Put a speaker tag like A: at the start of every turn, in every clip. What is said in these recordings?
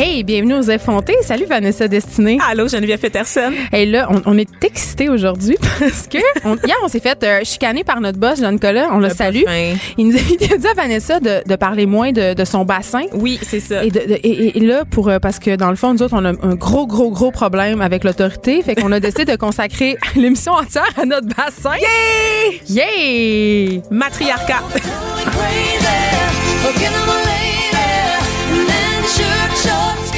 A: Hey, bienvenue aux effrontés. Salut Vanessa Destinée.
B: Allô, Geneviève Peterson.
A: Et là, on, on est excités aujourd'hui parce que on- hier, on s'est fait euh, chicaner par notre boss, John Collat. On le salue.
B: fin.
A: Il nous a il a dit à Vanessa de, de parler moins de, de son bassin.
B: Oui, c'est ça.
A: Et, de- de- et- et là, pour euh, parce que dans le fond, nous autres, on a un gros, gros, gros problème avec l'autorité. Fait qu'on a décidé de consacrer l'émission entière à notre bassin. Yay! Yeah!
B: Matriarcat.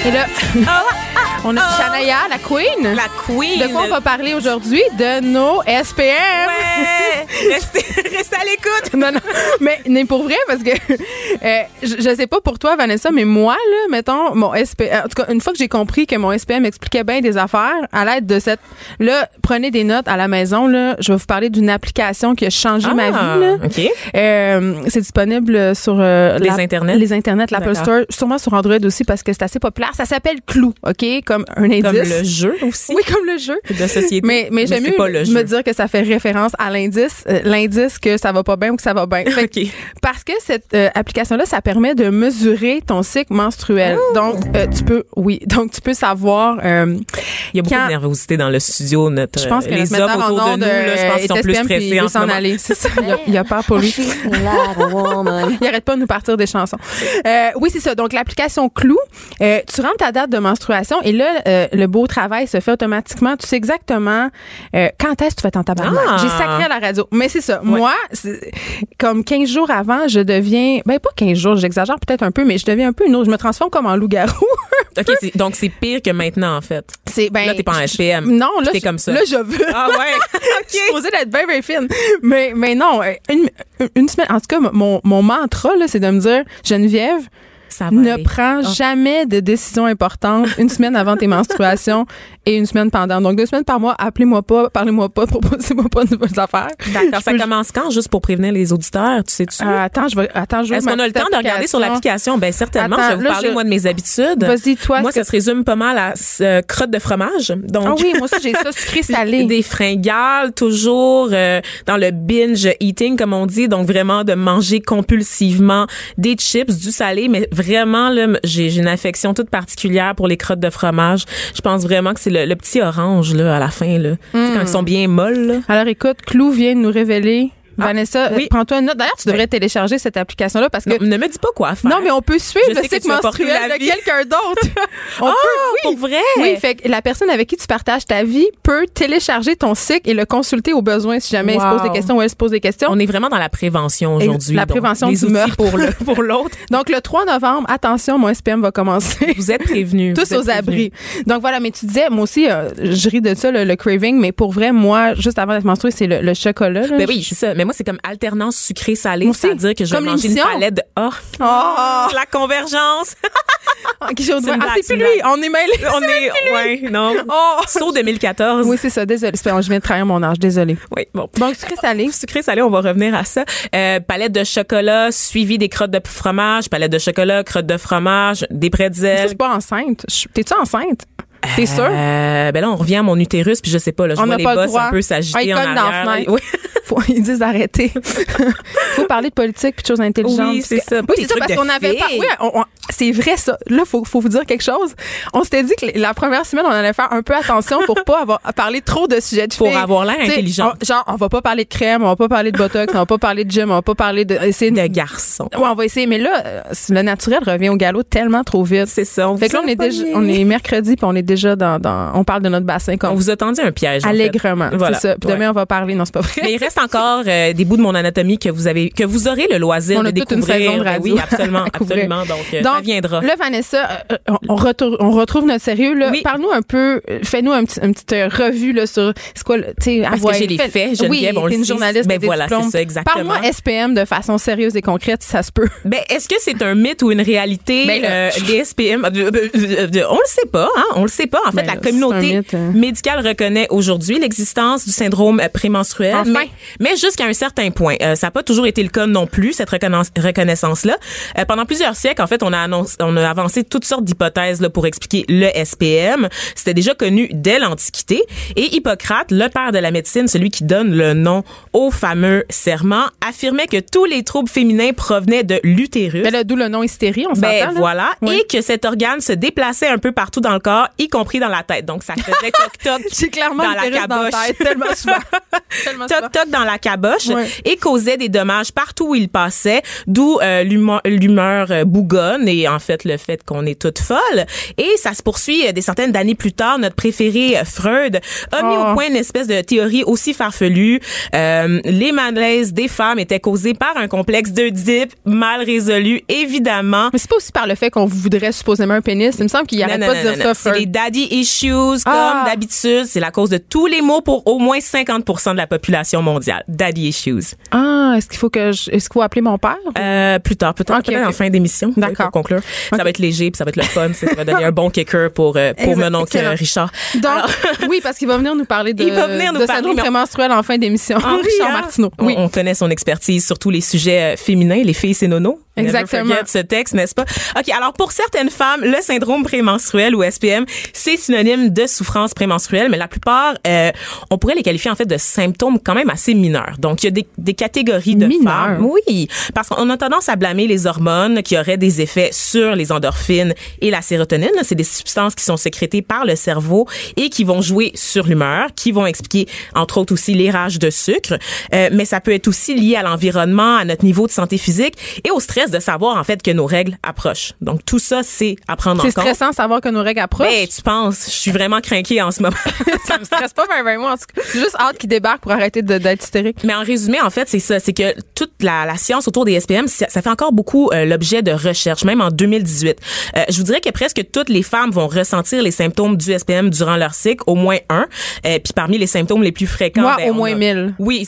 A: Et là, on a
B: ah.
A: Shania, la queen.
B: La queen.
A: de quoi on va parler aujourd'hui? De nos SPM.
B: Ouais. Restez, restez à l'écoute.
A: Non, non, mais, mais pour vrai, parce que euh, je, je sais pas pour toi, Vanessa, mais moi, là, mettons, mon SP, en tout cas, une fois que j'ai compris que mon SPM m'expliquait bien des affaires à l'aide de cette. Là, prenez des notes à la maison, là. Je vais vous parler d'une application qui a changé ma vie, là.
B: Ah, OK.
A: Euh, c'est disponible sur euh,
B: Les
A: l'app-
B: internets?
A: les internets, l'Apple
B: D'accord.
A: Store, sûrement sur Android aussi parce que c'est assez populaire. Ça s'appelle Clou, ok, comme un indice.
B: Comme le jeu aussi
A: Oui, comme le jeu.
B: de société.
A: Mais, mais, j'aime
B: c'est
A: mieux
B: pas le
A: me
B: jeu.
A: dire que ça fait référence à l'indice, euh, l'indice que ça va pas bien ou que ça va bien. Fait que-
B: OK.
A: Parce que cette euh, application-là, ça permet de mesurer ton cycle menstruel.
B: Oh!
A: Donc, euh, tu peux, oui, donc tu peux savoir. euh,
B: Il y a beaucoup
A: quand-
B: de nervosité dans le studio. Notre,
A: je pense que
B: Euh, les
A: notre
B: hommes
A: metteur en
B: autour de
A: onde,
B: nous, là, je
A: euh,
B: pense qu'ils sont
A: est
B: plus
A: SPM, puis il
B: stressés
A: veut
B: en ce
A: s'en
B: moment.
A: aller. C'est ça. Il a, il a peur pour lui. Il arrête pas de nous partir des chansons. Euh, oui, c'est ça. Donc, l'application Clou, euh, tu rentres ta date de menstruation et là, euh, le beau travail se fait automatiquement. Tu sais exactement euh, quand est-ce que tu vas t'en tabarnak.
B: Ah!
A: J'ai sacré à la radio. Mais c'est ça. Moi, c'est- comme 15 jours avant, je deviens... Ben, pas 15 jours, j'exagère peut-être un peu, mais je deviens un peu une autre. Je me transforme comme en loup-garou.
B: OK, c'est- donc c'est pire que maintenant, en fait.
A: C'est ben
B: Là, t'es pas en
A: je-
B: SPM.
A: Non, là
B: T'es
A: je-
B: comme ça.
A: Là je veux.
B: Ah ouais.
A: Je suis supposée d'être bien, bien fine. Mais, mais non, euh, une, une semaine. En tout cas, mon, mon mantra, là, c'est de me dire Geneviève,
B: Ça va
A: ne
B: aller.
A: prends jamais de décision importante une semaine avant tes menstruations et une semaine pendant. Donc, deux semaines par mois, appelez-moi pas, parlez-moi pas, proposez-moi pas de nouvelles affaires.
B: D'accord.
A: Je
B: Ça
A: peux-
B: commence quand, juste pour prévenir les auditeurs, tu sais-tu?
A: Euh, attends, je vais. Attends, je
B: Est-ce qu'on a le temps de regarder sur l'application? Ben certainement.
A: Attends,
B: je vais vous
A: là,
B: parler,
A: je-
B: moi, de mes habitudes.
A: Vas-y, toi,
B: Moi,
A: est-ce
B: ça se résume pas mal à euh, crotte de fromage. Donc,
A: Ah oui, moi aussi, j'ai ça sucré salé.
B: Des fringales, toujours euh, dans le binge eating, comme on dit. Donc, vraiment, de manger compulsivement des chips, du salé. Mais vraiment, là, m- j'ai j'ai une affection toute particulière pour les crottes de fromage. Je pense vraiment que c'est le, le petit orange, là, à la fin, là. Tu sais,
A: Hmm.
B: Quand ils sont bien molles, là.
A: Alors écoute, Clou vient de nous révéler. Vanessa,
B: Ah. oui.
A: prends-toi une note. D'ailleurs, tu devrais télécharger cette application-là parce que
B: Non, ne me dis pas quoi faire.
A: Non, mais on peut suivre
B: Je
A: le
B: sais que
A: cycle
B: tu vas porter
A: menstruel
B: la
A: de
B: vie.
A: quelqu'un d'autre. On
B: Ah,
A: peut, oui.
B: pour vrai?
A: Oui, fait que la personne avec qui tu partages ta vie peut télécharger ton cycle et le consulter au besoin si jamais il se
B: Wow.
A: pose des questions ou elle se pose des questions.
B: On est vraiment dans la prévention
A: Et
B: aujourd'hui.
A: la
B: donc,
A: prévention
B: les
A: du
B: outils
A: meurtre.
B: pour le- pour l'autre.
A: Donc, le 3 novembre, attention, mon SPM va commencer.
B: Vous êtes prévenus.
A: Tous
B: vous êtes
A: aux abris.
B: prévenus.
A: Donc voilà, mais tu disais, moi aussi, euh, je ris de ça, le, le craving, mais pour vrai, moi, juste avant d'être menstruée, c'est le, le chocolat. là.
B: Ben oui, c'est ça. Mais moi, c'est comme alternance sucré-salé.
A: Moi aussi.
B: C'est-à-dire que je vais
A: Comme
B: manger une
A: l'émission.
B: palette de... Ah!
A: Ah!
B: La convergence!
A: Ah, qui j'ai au doigt.
B: une
A: Ah,
B: blague,
A: c'est
B: c'est
A: plus
B: une
A: lui, on est mêlés.
B: On est... Ouais, non.
A: Oh!
B: Saut 2014.
A: Oui,
B: Oui.
A: c'est ça, désolé. Je viens de trahir mon âge, désolé.
B: bon.
A: Donc, sucré salé.
B: Sucré-salé, on va revenir à ça. Euh, palette de chocolat suivie des crottes de fromage. Palette de chocolat, crottes de fromage, des
A: Ça,
B: pretzels.
A: c'est pas enceinte. Je- T'es-tu enceinte? T'es sûre?
B: Euh, ben là, on revient à mon utérus, puis je sais pas, là, je
A: On
B: vois
A: n'a
B: les
A: pas le
B: bosses
A: droit.
B: un peu s'agiter
A: Ah, ils
B: en
A: collent dans la
B: arrière.
A: fenêtre.
B: Oui.
A: Faut- ils disent d'arrêter. faut parler de politique puis de choses intelligentes.
B: Oui, c'est
A: Parce que-
B: ça. Pas
A: Oui,
B: des
A: c'est ça,
B: trucs
A: parce
B: de
A: qu'on avait pas.
B: filles.
A: Oui, on- on- c'est vrai ça. Là, faut, faut vous dire quelque chose. On s'était dit que la première semaine, on allait faire un peu attention pour pas avoir parler trop de sujets de
B: Pour
A: filles.
B: avoir l'air
A: Tu sais,
B: intelligente.
A: on- genre, on va pas parler de crème, on va pas parler de botox, on va pas parler de gym, on va pas parler de. essayer de-
B: De garçon.
A: Ouais, on va essayer. Mais là, euh, le naturel revient au galop tellement trop vite.
B: C'est ça. On
A: Fait
B: vous
A: que là,
B: a
A: on est déjà,
B: pogné.
A: on est mercredi puis on est déjà dans, dans- on parle de notre bassin comme
B: On vous a tendu un piège. en fait.
A: allègrement.
B: Voilà.
A: C'est ça. Puis demain,
B: Ouais.
A: on va parler. Non, c'est pas vrai.
B: Mais il reste encore euh, des bouts de mon anatomie que vous avez, que vous aurez le loisir
A: On
B: de
A: a toute une
B: découvrir.
A: saison de
B: Ben
A: radio
B: Oui, absolument,
A: à couvrir.
B: absolument. Donc, euh,
A: Donc,
B: ça viendra.
A: Là, Vanessa, euh, euh, on, retour- on retrouve notre sérieux. Là.
B: Oui.
A: Parle-nous un peu, euh, fais-nous un petit- une petite euh, revue là, sur c'est quoi, le- tu sais,
B: Parce
A: avoir-
B: que j'ai les
A: fait-
B: faits,
A: oui,
B: Geneviève, on le
A: t'es une
B: sait.
A: journaliste
B: Ben
A: avec des
B: voilà, c'est
A: diplômes.
B: ça, exactement.
A: Parle-moi SPM de façon sérieuse et concrète, si ça se peut.
B: Ben, est-ce que c'est un mythe ou une réalité?
A: Ben là,
B: euh, les SPM, euh, euh, euh, euh, on le sait pas, hein? On le sait pas. En fait,
A: Ben
B: la
A: là,
B: communauté
A: c'est un mythe, hein.
B: médicale reconnaît aujourd'hui l'existence du syndrome euh, prémenstruel.
A: Enfin.
B: Mais, mais jusqu'à un certain point. Euh, ça n'a pas toujours été le cas non plus, cette reconna- reconnaissance-là. Euh, pendant plusieurs siècles, en fait, on a, annoncé, on a avancé toutes sortes d'hypothèses là, pour expliquer le SPM. C'était déjà connu dès l'Antiquité. Et Hippocrate, le père de la médecine, celui qui donne le nom au fameux serment, affirmait que tous les troubles féminins provenaient de l'utérus.
A: Ben là, d'où le nom hystérie, on
B: Ben
A: s'entend. là?
B: voilà,
A: Oui.
B: et que cet organe se déplaçait un peu partout dans le corps, y compris dans la tête. Donc ça faisait toc toc
A: J'ai clairement
B: dans
A: le
B: la
A: virus dans la
B: caboche.
A: tête, tellement souvent. Tellement souvent.
B: toc toc dans la caboche
A: Ouais.
B: et causait des dommages partout où il passait, d'où euh, l'humeur- l'humeur euh, bougonne et en fait le fait qu'on est toute folle. Et ça se poursuit euh, des centaines d'années plus tard. Notre préféré euh, Freud a mis
A: Oh.
B: au point une espèce de théorie aussi farfelue. Euh, les malaises des femmes étaient causés par un complexe d'Oedipe mal résolu, évidemment.
A: Mais c'est pas aussi par le fait qu'on voudrait supposément un pénis. Il me semble qu'il
B: Non,
A: arrête
B: non,
A: pas
B: non,
A: de dire
B: non,
A: ça.
B: non.
A: Freud.
B: C'est les daddy issues,
A: Ah.
B: comme d'habitude. C'est la cause de tous les maux pour au moins 50 de la population mondiale. Daddy issues.
A: Ah, est-ce qu'il faut que je, est-ce qu'il faut appeler mon père?
B: Euh, plus tard, peut-être
A: Ok,
B: peut-être
A: ok.
B: en fin d'émission.
A: D'accord.
B: oui, Pour conclure.
A: Ok.
B: Ça va être léger, puis ça va être le fun. ça va donner un bon kicker pour, euh, pour
A: Exact-
B: mon oncle
A: excellent.
B: euh, Richard.
A: Donc,
B: Alors,
A: oui, parce qu'il va venir nous parler de,
B: Il va venir nous
A: de
B: parler,
A: syndrome
B: mais on-
A: prémenstruel en fin d'émission.
B: Henri,
A: Richard
B: hein?
A: Martineau.
B: On-
A: Oui.
B: On, connaît son expertise sur tous les sujets euh, féminins, les filles, c'est nono. Never
A: Exactement.
B: forget ce texte, n'est-ce pas? OK, alors pour certaines femmes, le syndrome prémenstruel ou SPM, c'est synonyme de souffrance prémenstruelle, mais la plupart, euh, on pourrait les qualifier en fait de symptômes quand même assez mineurs. Donc, il y a des, des catégories de
A: Mineurs.
B: femmes. Oui, parce qu'on a tendance à blâmer les hormones qui auraient des effets sur les endorphines et la sérotonine. C'est des substances qui sont sécrétées par le cerveau et qui vont jouer sur l'humeur, qui vont expliquer entre autres aussi les rages de sucre. Euh, mais ça peut être aussi lié à l'environnement, à notre niveau de santé physique et au stress de savoir en fait que nos règles approchent. Donc tout ça, c'est à prendre
A: C'est
B: en compte.
A: stressant de savoir que nos règles approchent.
B: Ben, tu penses, je suis vraiment craquée en ce moment.
A: ça me stresse pas ben, ben, moi, en tout cas. J'ai juste hâte qu'ils débarquent pour arrêter de- d'être hystérique.
B: Mais en résumé, en fait, c'est ça, c'est que toute la, la science autour des SPM, ça, ça fait encore beaucoup euh, l'objet de recherches, même en 2018. Euh, je vous dirais que presque toutes les femmes vont ressentir les symptômes du SPM durant leur cycle, au moins un. Euh, puis parmi les symptômes les plus fréquents,
A: Moi,
B: ben,
A: au
B: on
A: moins
B: a-
A: 1000.
B: Oui.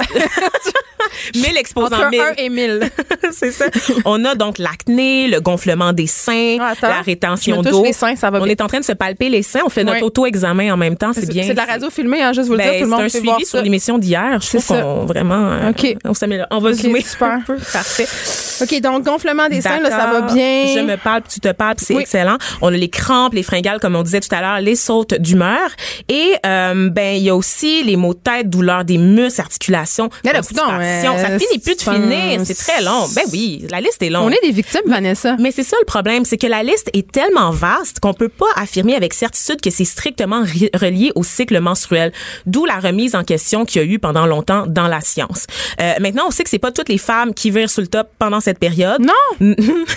B: 1000 exposants,
A: Entre
B: 1000.
A: 1 et 1000.
B: c'est ça. On a donc l'acné, le gonflement des seins,
A: Ah, attends.
B: la rétention
A: Je me touche
B: d'eau.
A: les seins, ça va
B: on
A: bien.
B: est en train de se palper les seins, on fait
A: Ouais.
B: notre auto-examen en même temps, c'est
A: C'est
B: bien.
A: c'est de la radio filmée, hein, juste vous le dire.
B: Ben,
A: Tout le
B: c'est
A: monde
B: un
A: peut voir
B: suivi sur
A: ça.
B: l'émission d'hier. Je
A: C'est
B: trouve
A: ça.
B: qu'on vraiment. euh,
A: OK.
B: On s'améliore. On va
A: OK,
B: zoomer
A: super.
B: un peu. Parfait.
A: OK, donc gonflement des seins, là, ça va
B: D'accord.
A: bien.
B: Je me parle, puis tu te parles, puis c'est
A: Oui.
B: excellent. On a les crampes, les fringales, comme on disait tout à l'heure, les sautes d'humeur. Et, euh, ben, il y a aussi les maux de tête, douleurs des muscles, articulations,
A: Mais là,
B: constipation.
A: coudonc, euh,
B: Ça finit plus de
A: c'est un-
B: finir. C'est très long. Ben oui, la liste est longue.
A: On est des victimes, Vanessa.
B: Mais c'est ça le problème, c'est que la liste est tellement vaste qu'on peut pas affirmer avec certitude que c'est strictement ri- relié au cycle menstruel, d'où la remise en question qu'il y a eu pendant longtemps dans la science. Euh, maintenant, on sait que c'est pas toutes les femmes qui virent sur le top pendant cette période.
A: Non! Eh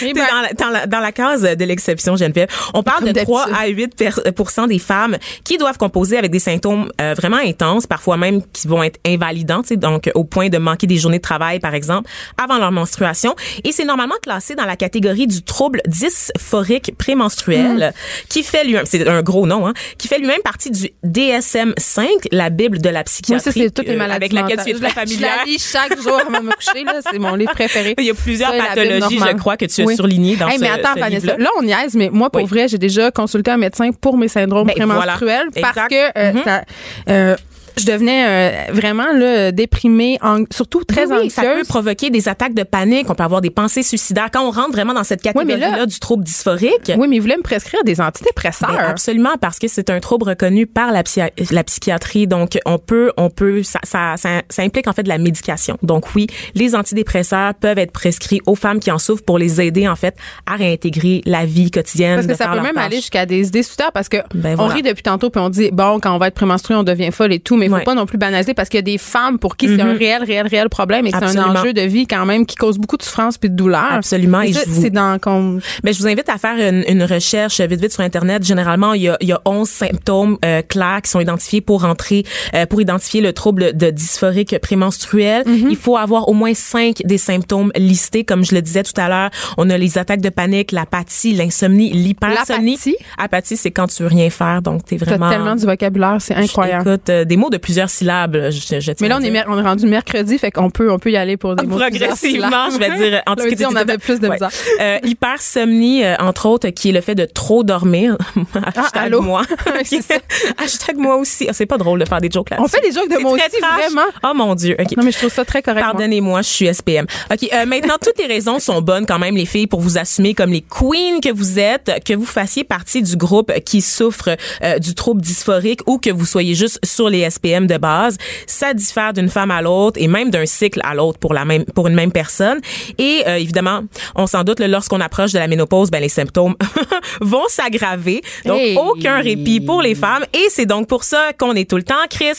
B: T'es
A: ben,
B: dans, la, dans, la, dans la case de l'exception, Geneviève. On parle
A: Comme
B: de 3
A: d'habitude.
B: à 8 per- euh, pour cent des femmes qui doivent composer avec des symptômes euh, vraiment intenses, parfois même qui vont être invalidants, tu sais, donc euh, au point de manquer des journées de travail, par exemple, avant leur menstruation. Et c'est normalement classé dans la catégorie du trouble dysphorique
A: Hmm.
B: prémenstruel, qui fait lui-même, c'est un gros nom, hein, qui fait lui-même partie du DSM-5, la Bible de la
A: Moi,
B: psychiatrie,
A: ça, c'est toutes les
B: euh,
A: maladies
B: avec laquelle tu es
A: mentales.
B: très
A: Je la-
B: familière.
A: Je la lis chaque jour avant de me coucher. là. C'est mon livre préféré.
B: Il y a plusieurs
A: Ça et la
B: pathologies,
A: Bible normale.
B: je crois, que tu as
A: Oui.
B: surlignées dans
A: Hey, mais
B: ce-
A: attends,
B: ce
A: Vanessa,
B: livre-là.
A: là, on niaise, mais moi, pour
B: Oui.
A: vrai, j'ai déjà consulté un médecin pour mes syndromes
B: Ben,
A: prémenstruels
B: voilà.
A: parce
B: Exact. Mm-hmm.
A: que euh, ça, euh, je devenais euh, vraiment là, déprimée, ang- surtout très
B: Ben Oui, oui, Ça peut
A: anxieuse.
B: provoquer des attaques de panique. On peut avoir des pensées suicidaires. Quand on rentre vraiment dans cette
A: mais
B: catégorie-là
A: là-
B: du trouble dysphorique,
A: Oui, mais il voulait me prescrire des
B: ben,
A: antidépresseurs.
B: absolument, parce que c'est un trouble reconnu par la, psy- la psychiatrie. Donc, on peut, on peut, ça, ça, ça, ça implique en fait de la médication. Donc oui, les antidépresseurs peuvent être prescrits aux femmes qui en souffrent pour les aider en fait à réintégrer la vie quotidienne.
A: Parce que
B: de
A: ça
B: faire
A: peut
B: leurs
A: même
B: tâches.
A: aller jusqu'à des idées suicidaires parce que
B: Ben
A: on
B: voilà.
A: rit depuis tantôt puis on dit bon quand on va être prémenstrué on devient folle et tout mais il faut
B: Ouais. Mhm.
A: pas non plus banaliser parce qu'il y a des femmes pour qui c'est un réel, réel, réel problème et que c'est un
B: Absolument.
A: enjeu de vie quand même qui cause beaucoup de souffrance puis de douleur.
B: Absolument,
A: Et
B: et
A: ça,
B: je vous-
A: c'est dans qu'on-
B: Mais Ben, je vous invite à faire une, une recherche euh, vite vite sur internet. Généralement, il y a, il y a 11 symptômes euh, clairs qui sont identifiés pour entrer euh, pour identifier le trouble de dysphorique prémenstruel.
A: Mhm.
B: Il faut avoir au moins cinq des symptômes listés comme je le disais tout à l'heure. On a les attaques de panique, l'apathie, l'insomnie, l'hypersomnie.
A: L'apathie?
B: Apathie, c'est quand tu veux rien faire donc tu es
A: T'as
B: vraiment
A: tellement du vocabulaire, c'est incroyable.
B: Écoute, euh, des mots de plusieurs syllabes, là, je, je tiens
A: Mais là,
B: à
A: on est,
B: dire.
A: mer- on est rendu mercredi, fait qu'on peut, on peut y aller pour des mots
B: Progressivement, je vais dire.
A: En Lundi, on avait plus de misère.
B: Euh, hypersomnie, euh, entre autres, qui est le fait de trop dormir. Hashtag
A: Ah, allô?
B: moi.
A: C'est ça.
B: Hashtag moi aussi. Ah, C'est pas drôle de faire des jokes là
A: On fait des jokes de mots aussi, vraiment.
B: Oh mon Dieu. OK.
A: Non, mais je trouve ça très correct. moi.
B: Pardonnez-moi, je suis SPM. OK, euh, maintenant, toutes les raisons sont bonnes quand même, les filles, pour vous assumer comme les queens que vous êtes, que vous fassiez partie du groupe qui souffre euh, du trouble dysphorique ou que vous soyez juste sur les SPM de base. Ça diffère d'une femme à l'autre et même d'un cycle à l'autre pour la même pour une même personne. Et euh, évidemment, on s'en doute, là, lorsqu'on approche de la ménopause, ben, les symptômes vont s'aggraver. Donc,
A: Hey.
B: aucun répit pour les femmes. Et c'est donc pour ça qu'on est tout le temps, Chris.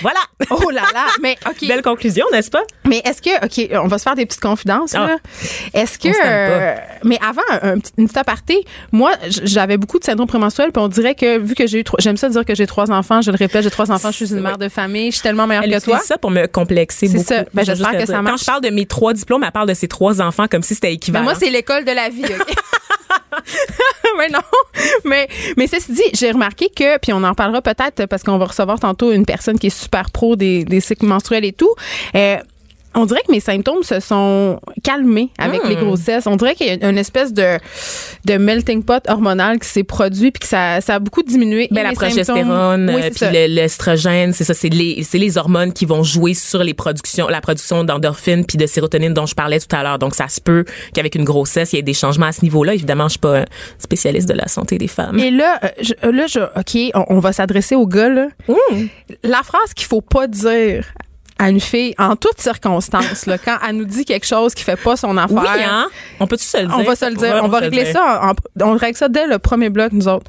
B: Voilà.
A: Oh là là, mais OK.
B: Belle conclusion, n'est-ce pas?
A: Mais est-ce que, OK, on va se faire des petites confidences,
B: Ah.
A: là. Est-ce que.
B: On se tente pas.
A: euh, mais avant, un, un petit- une petite aparté, moi, j- j'avais beaucoup de syndrome prémenstruel, puis on dirait que, vu que j'ai eu trois. J'aime ça dire que j'ai trois enfants, je le répète, j'ai trois enfants, je suis une mère de famille, je suis tellement meilleure
B: Elle
A: que toi.
B: utilise Ah, ça pour me complexer
A: C'est
B: beaucoup.
A: ça. Ben,
B: Je veux
A: j'espère
B: juste le
A: que
B: dire.
A: ça marche.
B: Quand je parle de mes trois diplômes, elle parle de ses trois enfants comme si c'était
A: Mais
B: équivalent.
A: Ben, moi, c'est l'école de la vie, OK? mais non. Mais, mais ceci dit, j'ai remarqué que, puis on en parlera peut-être parce qu'on va recevoir tantôt une personne qui est super pro des, des cycles menstruels et tout. Euh, on dirait que mes symptômes se sont calmés avec
B: Hmm.
A: les grossesses. On dirait qu'il y a une espèce de, de melting pot hormonal qui s'est produit puis que ça, ça a beaucoup diminué.
B: Ben,
A: et
B: la
A: mes symptômes.
B: progestérone,
A: Oui,
B: euh,
A: c'est
B: puis
A: ça.
B: le- l'estrogène, c'est ça, c'est les, c'est les hormones qui vont jouer sur les productions, la production d'endorphines puis de sérotonine dont je parlais tout à l'heure. Donc, ça se peut qu'avec une grossesse, il y ait des changements à ce niveau-là. Évidemment, je suis pas euh, spécialiste de la santé des femmes.
A: Et là, euh, je- là je, OK, on, on va s'adresser au gars. Là.
B: Mm.
A: La phrase qu'il faut pas dire à une fille en toutes circonstances, là, quand elle nous dit quelque chose qui fait pas son affaire.
B: oui, hein? On peut-tu se le dire?
A: On va se le dire.
B: Ouais,
A: on va
B: se le
A: régler
B: dire.
A: ça. en- en- on règle ça dès le premier bloc, nous autres.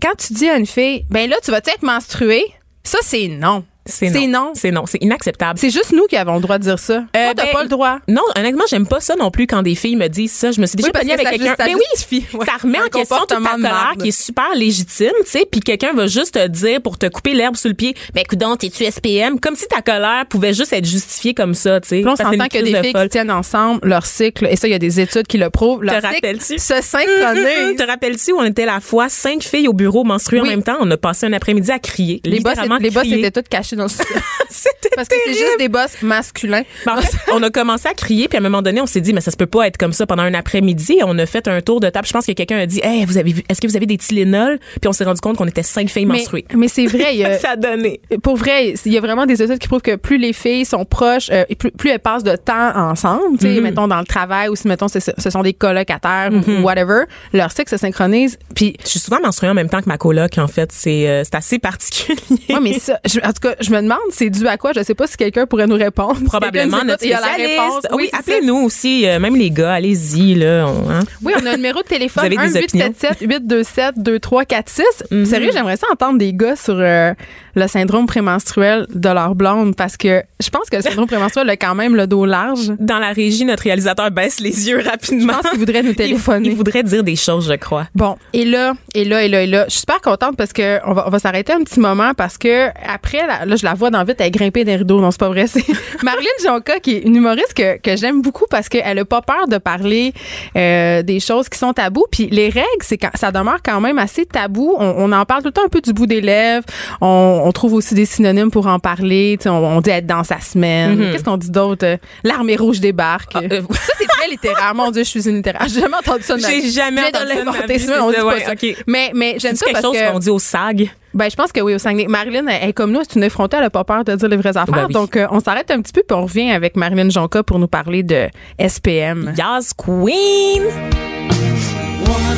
A: Quand tu dis à une fille, ben là, tu vas être menstruée, ça, c'est non.
B: C'est non.
A: non.
B: C'est non. C'est inacceptable.
A: C'est juste nous qui avons le droit de dire ça. Toi, t'as
B: ben,
A: pas le droit.
B: Non, honnêtement, j'aime pas ça non plus quand des filles me disent ça. Je me suis déjà
A: Oui, parce
B: pognée
A: que
B: avec
A: ça
B: quelqu'un.
A: juste- ça
B: Mais oui,
A: justifie, ouais,
B: ça remet
A: un
B: en question toute ta
A: comportement de
B: colère
A: marde.
B: qui est super légitime, tu sais, puis quelqu'un va juste te dire pour te couper l'herbe sous le pied, ben écoute donc, t'es-tu SPM? Comme si ta colère pouvait juste être justifiée comme ça, tu sais.
A: Puis on
B: Ça, c'est
A: s'entend
B: une
A: que
B: crise
A: des
B: de
A: filles
B: folle.
A: qui tiennent ensemble leur cycle, et ça, il y a des études qui le prouvent, leur cycle
B: rappelles-tu?
A: se
B: Hum,
A: synchronise.
B: Te rappelles-tu où on était la fois cinq filles au bureau menstruées
A: Oui.
B: en même temps? On a passé un après-midi à crier.
A: Les boss,
B: littéralement
A: les boss
B: crier.
A: étaient toutes cachés dans le sous-
B: C'était
A: Parce que c'est
B: terrible.
A: juste des boss masculins.
B: Ben, en fait, on a commencé à crier, puis à un moment donné, on s'est dit, mais ça se peut pas être comme ça pendant un après-midi. Et On a fait un tour de table. Je pense que quelqu'un a dit, hey, vous avez vu, est-ce que vous avez des Tylenol? Puis on s'est rendu compte qu'on était cinq filles
A: Mais,
B: menstruées.
A: mais c'est vrai, il y a-
B: ça a donné.
A: pour vrai, il y a vraiment des études qui prouvent que plus les filles sont proches, euh, et plus, plus elles passent de temps ensemble, tu sais, mettons dans le travail ou si mettons c'est- ce sont des colocataires ou whatever, leur cycle se synchronise. Puis
B: Je suis souvent menstruée en même temps que ma coloc, en fait. C'est euh, c'est assez particulier.
A: ouais, mais ça, je- en tout cas, je me demande, c'est dû à quoi Je sais pas si quelqu'un pourrait nous répondre.
B: Probablement
A: Si quelqu'un nous écoute,
B: notre
A: il y a la
B: spécialiste.
A: réponse.
B: Ah oui,
A: c'est ça.
B: appelez-nous aussi, euh, même les gars, allez-y. là. on- hein.
A: Oui, on a un numéro de téléphone
B: Vous avez des Mhm.
A: 1877 827 2346. Sérieux, j'aimerais ça entendre des gars sur euh, le syndrome prémenstruel de leur blonde parce que je pense que le syndrome prémenstruel a quand même le dos large.
B: Dans la régie, notre réalisateur baisse les yeux rapidement.
A: Je pense qu'il voudrait nous téléphoner.
B: Il, il voudrait dire des choses, je crois.
A: Bon, et là, et là, et là, et là, je suis super contente parce que on va, on va s'arrêter un petit moment parce que après, là, là, je la vois dans vite, elle grimper des rideaux. Non, c'est pas vrai. C'est Marlène Jonca qui est une humoriste que, que j'aime beaucoup parce qu'elle a pas peur de parler euh, des choses qui sont tabous. Puis les règles, c'est quand, ça demeure quand même assez tabou. On, on en parle tout le temps un peu du bout des lèvres. On, on trouve aussi des synonymes pour en parler. Tu sais, on, on dit être dans sa semaine. Qu'est-ce qu'on dit d'autre? Euh, L'armée rouge débarque.
B: Mm-hmm. Ah, euh,
A: Ça, c'est très littéraire. Mon Dieu, je suis une littéraire. J'ai jamais entendu ça de ma
B: J'ai
A: vie.
B: jamais
A: Je viens de
B: entendu ça de ma
A: l'inventer,
B: vie,
A: sinon
B: c'est
A: on dit
B: ça,
A: pas
B: ouais,
A: ça.
B: ok.
A: Mais, mais j'aime
B: C'est
A: ça
B: quelque
A: parce
B: chose
A: que.
B: qu'on dit au SAG.
A: Ben, je pense que oui, au Saguenay. Marilyn elle est comme nous, c'est une effrontée, elle a pas peur de dire les vraies affaires.
B: Ben oui.
A: Donc, euh, on s'arrête un petit peu puis on revient avec Marilyn Jonca pour nous parler de SPM.
B: Yas Queen!
C: woman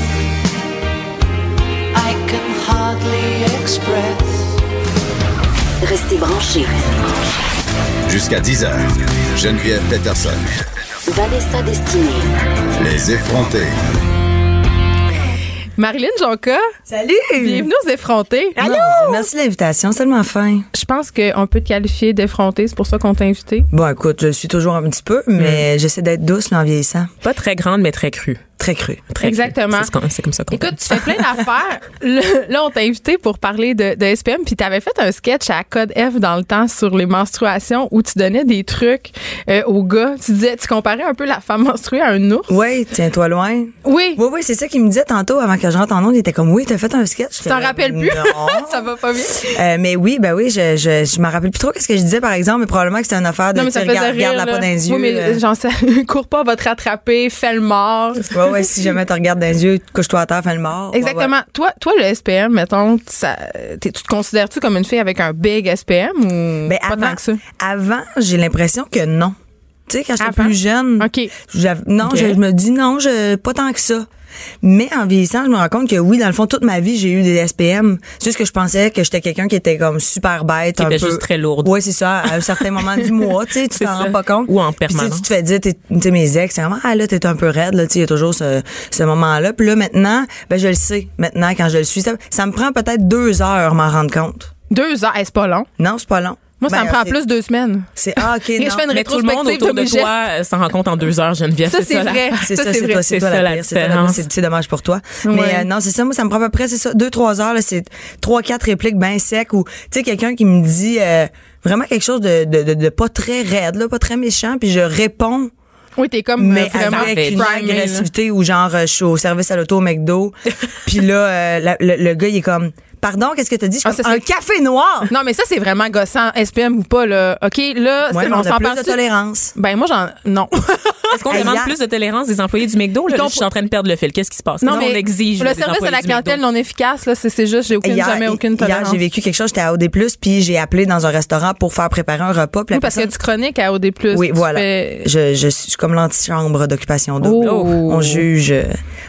C: I can hardly express
D: Restez branchés.
E: Jusqu'à 10h. Geneviève Peterson.
D: Vanessa Destinée.
E: Les effrontés.
A: Marilyn Jonca,
F: Salut! Ah.
A: bienvenue aux effrontés.
F: Allô? Merci de l'invitation, c'est tellement fin.
A: Je pense qu'on peut te qualifier d'effronté, c'est pour ça qu'on t'a invité.
F: Bon, écoute, je le suis toujours un petit peu,
A: Mm.
F: mais j'essaie d'être douce là, en vieillissant.
B: Pas très grande, mais très crue.
F: Très crue.
B: Très crue.
A: Exactement.
B: C'est ce qu'on- C'est comme ça qu'on
A: Écoute, tu fais plein d'affaires. Le- Là, on t'a invité pour parler de, de SPM, puis t'avais fait un sketch à Code F dans le temps sur les menstruations où tu donnais des trucs euh, aux gars. Tu disais, tu comparais un peu la femme menstruée à un ours.
F: Oui, tiens-toi loin.
A: Oui.
F: Oui, oui, c'est ça qu'il me disait tantôt avant que je rentre en onde. Il était comme, oui, t'as fait un sketch.
A: Tu t'en rappelles plus?
F: Non.
A: ça va pas bien.
F: Euh, mais oui, ben oui, je, je, je m'en rappelle plus trop qu'est-ce que je disais, par exemple, mais probablement que c'était une affaire de,
A: Non, mais ça
F: tu
A: faisait
F: regardes,
A: rire.
F: regarde-la
A: là.
F: pas dans les yeux.
A: Oui, mais
F: euh,
A: j'en sais. Cours pas, va te rattraper, fais le mort.
F: Ouais, ouais, si jamais tu regardes dans les yeux, couche-toi à terre, fais le mort. Ouais,
A: Exactement. Toi, toi, le SPM, mettons, ça, t'es- tu te considères-tu comme une fille avec un big SPM ou
F: Mais
A: pas
F: Ben, avant,
A: tant que ça?
F: Avant, j'ai l'impression que non. Tu sais, quand j'étais
A: Avant?
F: plus jeune,
A: OK.
F: j'av- non,
B: OK.
F: je, je me dis non, je, pas tant que ça. Mais en vieillissant, je me rends compte que oui, dans le fond, toute ma vie, j'ai eu des SPM. C'est juste que je pensais que j'étais quelqu'un qui était comme super bête. un
B: était
F: peu.
B: juste très lourde.
F: Oui, c'est ça. À un certain moment du mois, tu sais, tu
B: C'est
F: t'en
B: ça.
F: rends pas compte.
B: Ou en
F: Puis, tu sais,
B: permanence.
F: tu te fais dire, t'es- tu sais, mes ex, c'est vraiment, ah là, t'es un peu raide, là, tu sais, il y a toujours ce, ce moment-là. Puis là, maintenant, ben, je le sais. Maintenant, quand je le suis, ça, ça me prend peut-être deux heures m'en rendre compte.
A: Deux heures, Eh, c'est pas long.
F: Non, c'est pas long.
A: Moi, ça
F: Ben,
A: me prend
F: c'est-
A: plus deux semaines.
F: C'est ah, ok.
A: Et
F: non.
A: je fais une
B: Mais tout le monde
A: rétrospective
B: autour
A: de
B: de,
A: mes gestes.
B: toi euh, s'en rend compte en deux heures, Geneviève.
A: Ça, c'est
B: la-
A: vrai.
F: C'est ça,
A: c'est
F: c'est
A: vrai.
F: toi, c'est
B: C'est
F: toi
B: ça,
F: la
B: la
F: pire, c'est toi la
B: différence.
F: pire, c'est- C'est dommage pour toi. Mais
A: Ouais.
F: euh, non, c'est ça. Moi, ça me prend à peu près, c'est ça, deux trois heures. là, C'est trois quatre répliques bien secs ou tu sais quelqu'un qui me dit euh, vraiment quelque chose de, de, de, de pas très raide, là, pas très méchant, puis je réponds.
A: Oui, t'es comme euh,
F: Mais
A: vraiment
F: avec une
A: primée, là.
F: agressivité ou genre euh, je suis au service à l'auto au McDo puis là euh, la- le, le gars il est comme pardon qu'est-ce que t'as dit je suis
A: Ah,
F: comme,
A: ça, c'est-
F: un café noir
A: Non, mais ça, c'est vraiment gossant, SPM ou pas, là. OK, là,
F: ouais,
A: c'est-
F: mais
A: on
F: on a
A: s'en
F: plus
A: parle.
F: de tolérance
A: Ben, moi, j'en. Non.
B: Est-ce qu'on
F: Hey,
B: demande
F: hier-
B: plus de tolérance des employés du McDo? Là,
A: Ils ont-
B: je suis en train de perdre le fil. Qu'est-ce qui se passe?
A: non,
B: Là,
A: mais.
B: on
A: le
B: exige des
A: service à
B: employés
A: la
B: du McDo.
A: clientèle non efficace, là, c'est c'est juste, j'ai aucune,
F: Hier,
A: jamais aucune
F: hier,
A: tolérance.
F: j'ai vécu quelque chose. J'étais à OD+, puis j'ai appelé dans un restaurant pour faire préparer un repas. Puis la
A: Oui, parce que
F: personne-
A: tu chroniques à OD.
F: Oui,
A: tu
F: voilà.
A: fais-
F: Je, je suis je suis comme l'antichambre d'occupation double.
A: Oh.
F: On juge, euh,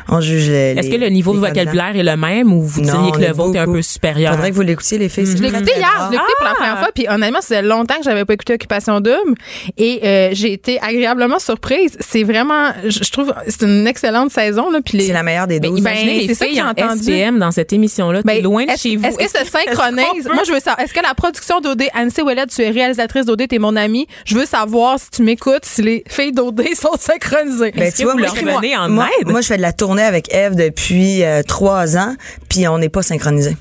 F: on juge les-
B: Est-ce que le
F: les-
B: niveau de
F: les candidats.
B: vocabulaire est le même ou vous
F: Non,
B: diriez
F: on
B: que le
F: est
B: vôtre est un
F: beaucoup.
B: peu supérieur?
F: Faudrait que vous l'écoutiez, les filles.
A: Je l'ai écouté hier, je l'ai écouté pour la
B: Ah!
A: première fois, puis honnêtement, ça faisait longtemps que j'avais pas écouté Occupation Double et euh, j'ai été agréablement surprise. C'est vraiment, je je trouve, c'est une excellente saison là, puis les-
F: C'est la meilleure des
A: Ben,
F: douze.
A: ben,
B: Imaginez
A: c'est
B: les
A: ça que
B: filles
A: j'ai
B: en
A: entendu.
B: SPM dans cette émission-là. T'es
A: Ben,
B: loin de
A: est-ce-
B: chez vous.
A: Est-ce que ça
B: qu'on
A: synchronise?
B: peut-
A: Moi, je veux savoir. Est-ce que la production d'OD, Anne-C. Ouellet, tu es réalisatrice d'OD, t'es mon amie. Je veux savoir si tu m'écoutes, si les filles d'OD sont synchronisées.
F: Ben,
B: Est-ce que vous
F: moi,
B: leur
F: je fais- moi-
B: venez en
F: moi,
B: aide?
F: moi, je fais de la tournée avec Eve depuis euh, trois ans, puis on n'est pas synchronisés.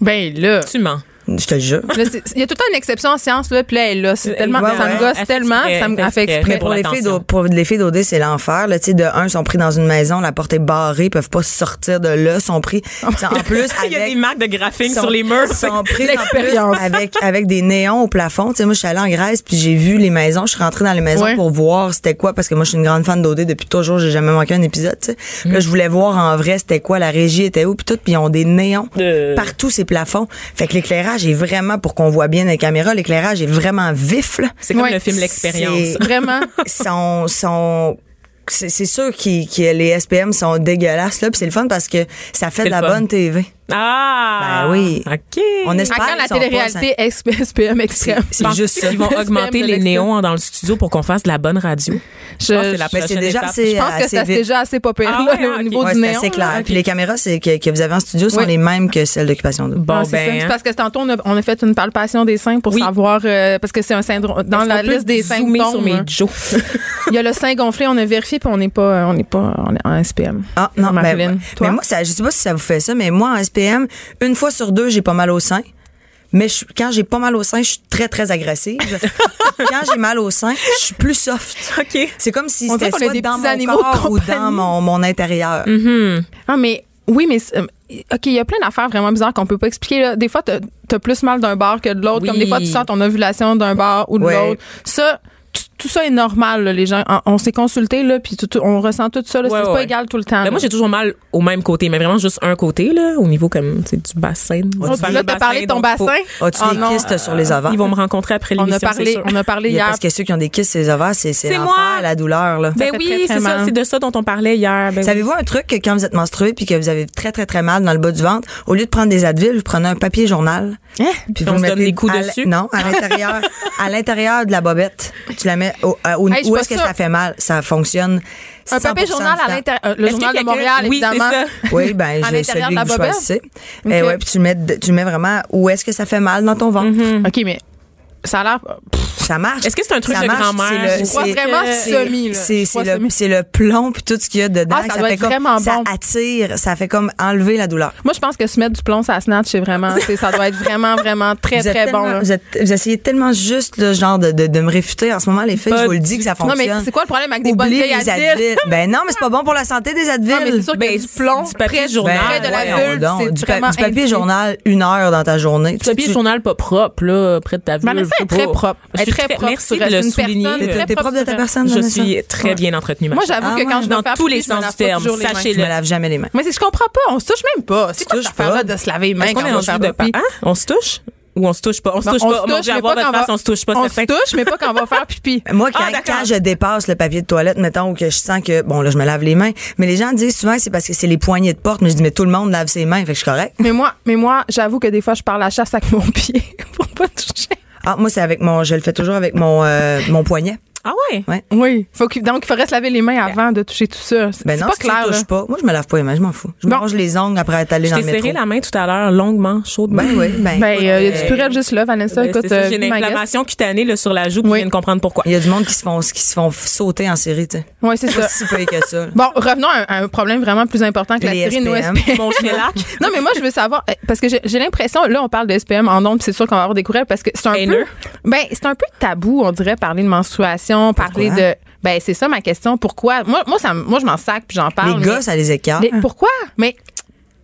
A: Ben, là.
B: Tu mens.
F: Je te le jure.
A: Là, c'est- Il y a tout le temps une exception en science, là, puis là, elle est là. C'est tellement,
F: Euh, ouais,
A: ça me
F: ouais.
A: gosse
B: Elle fait
A: tellement,
B: exprès,
A: ça me
B: elle
A: elle fait
B: fait
A: exprès.
B: exprès.
F: Pour les, filles
B: l'attention.
F: d'O- pour les filles d'OD, c'est l'enfer. Là, Tu sais, de un, ils sont pris dans une maison, la porte est barrée, ils peuvent pas sortir de là, ils sont pris. En plus,
B: Oh Il y a
F: avec-
B: des marques de graphique
F: sont-
B: sur les murs.
F: sont prises en
A: L'expérience.
F: plus avec avec des néons au plafond. Tu sais, moi, je suis allée en Grèce puis j'ai vu les maisons. Je suis rentrée dans les maisons
A: Ouais.
F: pour voir c'était quoi parce que moi, je suis une grande fan d'OD depuis toujours. J'ai jamais manqué un épisode. tu sais.
B: Mm.
F: Puis Là, je voulais voir en vrai c'était quoi, la régie était où puis tout. Puis ils ont des néons
B: Euh.
F: partout ces plafonds. Fait que l'éclairage est vraiment pour qu'on voit bien dans les caméras. L'éclairage est vraiment vif. Là.
B: C'est comme
A: Ouais.
B: le film L'expérience.
F: C'est-
A: Vraiment.
F: sont sont c'est c'est sûr qu'ils- que les SPM sont dégueulasses là, puis c'est le fun parce que ça fait
B: C'est
F: de la
B: le fun.
F: bonne TV.
B: Ah!
F: Ben oui.
B: OK.
F: On
A: À
F: espère
A: quand la
F: qu'ils sont pas
A: télé-réalité SPM extrême?
F: c'est
B: Penses-tu
F: juste ça.
B: qu'ils vont augmenter
A: de
B: les
A: l'extrême.
B: néons dans le studio pour qu'on fasse de la bonne radio. Je pense que c'est la
A: je-
F: Mais Ben, c'est
B: prochaine
F: déjà
B: étape.
F: assez-
A: Je pense que
F: assez
A: c'est
F: vite.
A: déjà assez populaire
B: Ah ouais,
A: là, au
B: ok.
A: niveau
F: Ouais,
A: du
F: c'est
A: néon.
F: assez clair.
A: là.
F: Puis les caméras c'est que, que vous avez en studio sont
A: Oui.
F: les mêmes que celles d'occupation double.
B: Bon,
A: Ah, c'est ça.
B: ben,
A: C'est
B: hein.
A: parce que tantôt, on a, on a fait une palpation des seins pour
B: Oui.
A: savoir, euh, parce que c'est un syndrome, dans
B: Est-ce
A: la
B: qu'on peut
A: liste des
B: zoomer
A: symptômes,
B: sur mes
A: hein,
B: Joe.
A: il y a le sein gonflé, on a vérifié, puis on n'est pas, on n'est pas on est en SPM.
F: Ah non, ben,
A: Marilyn, toi?
F: mais moi ça, je sais pas si ça vous fait ça, mais moi en SPM, une fois sur deux j'ai pas mal au sein. Mais je- quand j'ai pas mal au sein, je suis très très agressive. quand j'ai mal au sein, je suis plus soft.
B: OK.
F: C'est comme si
A: On dirait
F: c'était
A: qu'on est
F: soit
A: des
F: dans
A: petits
F: mon
A: animaux de
F: corps ou dans
A: compagnie.
F: mon, mon intérieur.
A: Ah, mais oui, mais c'est- euh, OK, il y a plein d'affaires vraiment bizarres qu'on peut pas expliquer. là. Des fois, t'as as plus mal d'un bar que de l'autre,
B: Oui.
A: comme des fois, tu sens ton ovulation d'un bar ou de
F: Ouais.
A: l'autre. Ça, tout- tout ça est normal, là, les gens. On, on s'est consulté, là, puis tout- tout- on ressent tout ça. là.
B: Ouais,
A: c'est
B: ouais,
A: pas
B: ouais.
A: égal tout le temps.
B: Ben,
A: là.
B: moi, j'ai toujours mal au même côté, mais vraiment juste un côté, là, au niveau comme, tu sais, du bassin.
A: Oh, tu- là, t'as parlé de ton bassin.
F: As-tu
A: Ah
F: des
A: non,
F: kystes sur les ovaires?
B: Ils vont me rencontrer après
A: on
B: l'émission.
A: a parlé, on a parlé
F: Il y a-
A: hier.
F: Parce que ceux qui ont des kystes sur les ovaires, c'est c'est
B: C'est
F: l'enfer,
B: moi.
F: la douleur. Là.
B: Ben
A: fait
B: oui,
A: très, très
B: c'est ça.
A: mal.
B: C'est de ça dont on parlait hier. Ben,
F: Savez-vous un truc que quand vous êtes menstrué puis que vous avez très très très mal dans le bas du ventre, au lieu de prendre des Advil, vous prenez un papier journal.
A: Hein?
B: Puis on se donne
F: mettez
B: des coups
F: à l-
B: dessus?
F: Non, à l'intérieur, à l'intérieur de la bobette. Tu la mets mais au- à- au-
A: Hey, je suis
F: où
A: pas
F: est-ce que
A: sûre.
F: ça fait mal? Ça fonctionne.
A: Un papier
F: 100%
A: journal
F: du
A: à
F: temps.
A: l'intérieur. euh, Le
B: Est-ce que
A: journal de
B: quelqu'un-
A: Montréal,
B: Oui, c'est
A: évidemment.
B: ça.
F: Oui, ben,
A: À
F: j'ai
A: l'intérieur
F: celui
A: de la
F: que vous
A: bobette?
F: choisissez.
A: Ok. Mm-hmm.
F: Eh ouais, puis tu le mets, de- tu le mets vraiment où est-ce que ça fait mal dans ton ventre.
A: OK, mais ça a l'air. pff,
F: Ça marche.
B: Est-ce que c'est un truc
F: Ça
B: de
F: marche,
B: grand-mère?
F: c'est le-
B: Je
A: crois
F: c'est-
A: vraiment
F: c'est-
A: semi, là.
F: C'est
A: Je crois
F: c'est le,
A: semi.
F: c'est le plomb puis tout ce qu'il y a dedans.
A: Ah, ça doit
F: fait
A: être
F: comme-
A: vraiment bon.
F: Ça attire, ça fait comme enlever la douleur.
A: Moi, je pense que se mettre du plomb, ça snatch, c'est vraiment. c'est- Ça doit être vraiment, vraiment très,
F: vous êtes
A: très bon.
F: tellement-
A: là.
F: Vous, êtes- vous essayez tellement juste le genre de, de, de me réfuter en ce moment les filles.
B: Pas
F: je vous le
B: du-
F: dis que ça
A: Non,
F: fonctionne.
A: mais c'est quoi le problème avec des bonnes
F: Oubliez
A: vieilles
F: les
A: Advil?
F: Advil. Ben non, mais c'est pas bon pour la santé des Advil.
A: Non, mais c'est sûr qu'il y a
B: Ben,
A: du plomb
B: du papier
A: près,
B: journal.
A: près de la
B: Voyons
A: vulve.
F: donc,
A: c'est
F: du, pa-
A: vraiment
F: du papier
A: indiqué.
F: journal, une heure dans ta journée.
B: Tu papier
F: Tu-
B: journal pas propre, là, près de ta vulve.
A: Vanessa
B: je
A: est
B: sais
A: très
B: pas.
A: propre. Elle
B: Je
A: est
B: suis
A: très propre.
B: Merci de
A: Tu
B: le
A: restes une personne
B: souligner.
A: très
F: T'es t'es propre de ta
A: propre,
F: personne,
B: Je
F: Vanessa?
B: suis très bien entretenue, ma
A: Moi,
B: chère.
A: j'avoue
F: Ah
A: que quand
F: ouais.
A: je dois
B: Dans
A: faire
B: tous
A: pipi,
B: les
A: je me
B: sens
A: lave
B: du
A: pas
B: terme,
A: toujours les mains.
F: Je
B: sachez-le.
F: me lave jamais les mains.
A: Mais c'est- je comprends pas, on se touche même pas. C'est quoi
F: touches
A: cette affaire-là
F: pas.
A: de se laver les mains
B: Est-ce qu'on
A: Ben, quand
B: est
A: on
B: en
A: va faire
B: jus de
A: pipi?
B: pain? On se touche? Ou on se touche pas? On se
A: Non,
B: touche
A: Ben, on
B: pas. Mon
A: touche,
B: Dieu, à
A: mais
B: voir
A: pas
B: votre
A: quand on
B: face,
A: va-
B: on se touche pas,
A: On se
B: certain.
A: touche, mais pas quand on va faire pipi.
F: Ben, Moi, quand,
B: Ah, d'accord.
F: quand je dépasse le papier de toilette, mettons, ou que je sens que, bon, là, je me lave les mains, mais les gens disent souvent que c'est parce que c'est les poignées de porte, mais je dis, mais tout le monde lave ses mains, fait que je suis correct.
A: Mais moi, mais moi, j'avoue que des fois, je pars la chasse avec mon pied pour pas toucher.
F: Ah, moi, c'est avec mon, je le fais toujours avec mon, euh, mon poignet.
B: Ah ouais?
F: Ouais.
A: Oui. Faut qu'il- donc, il faudrait se laver les mains
B: Ben.
A: avant de toucher tout ça. C'est
F: Ben
A: c'est
F: non,
A: pas
F: si tu
A: clair.
F: touches
A: là.
F: pas. Moi, je me lave pas les mains, je m'en fous. Je
A: Bon.
F: mange les ongles après être allé
B: Je
F: dans
B: t'ai
F: le métro.
B: serré la main tout à l'heure, longuement, chaudement.
F: Ben oui, ben.
A: Ben,
F: écoute,
A: il y a du purel juste là, Vanessa.
B: euh, Ben,
A: écoute,
B: c'est ça,
A: euh,
B: j'ai une
A: be my guest.
B: inflammation cutanée là, sur la joue, puis
A: Oui.
B: je viens de comprendre pourquoi.
F: il y a du monde qui se font, qui se font sauter en série, tu sais.
A: Oui, c'est ça.
F: Pas si pire que ça. là.
A: Bon, revenons à un, à un problème vraiment plus important que
F: Les
A: la série nous
F: SPM.
A: SPM.
B: Mon shellac.
A: Non, mais moi, je veux savoir, euh, parce que j'ai j'ai l'impression, là, on parle de SPM en nombre, c'est sûr qu'on va avoir des courriels, parce que c'est un
B: Haineux.
A: peu. Ben, c'est un peu tabou, on dirait, parler de menstruation, parler
F: Pourquoi?
A: de. Ben, c'est ça ma question. Pourquoi? Moi, moi, ça, me- moi je m'en sac puis j'en parle.
F: les gars,
A: mais-
F: ça les écarte.
A: mais pourquoi? Mais.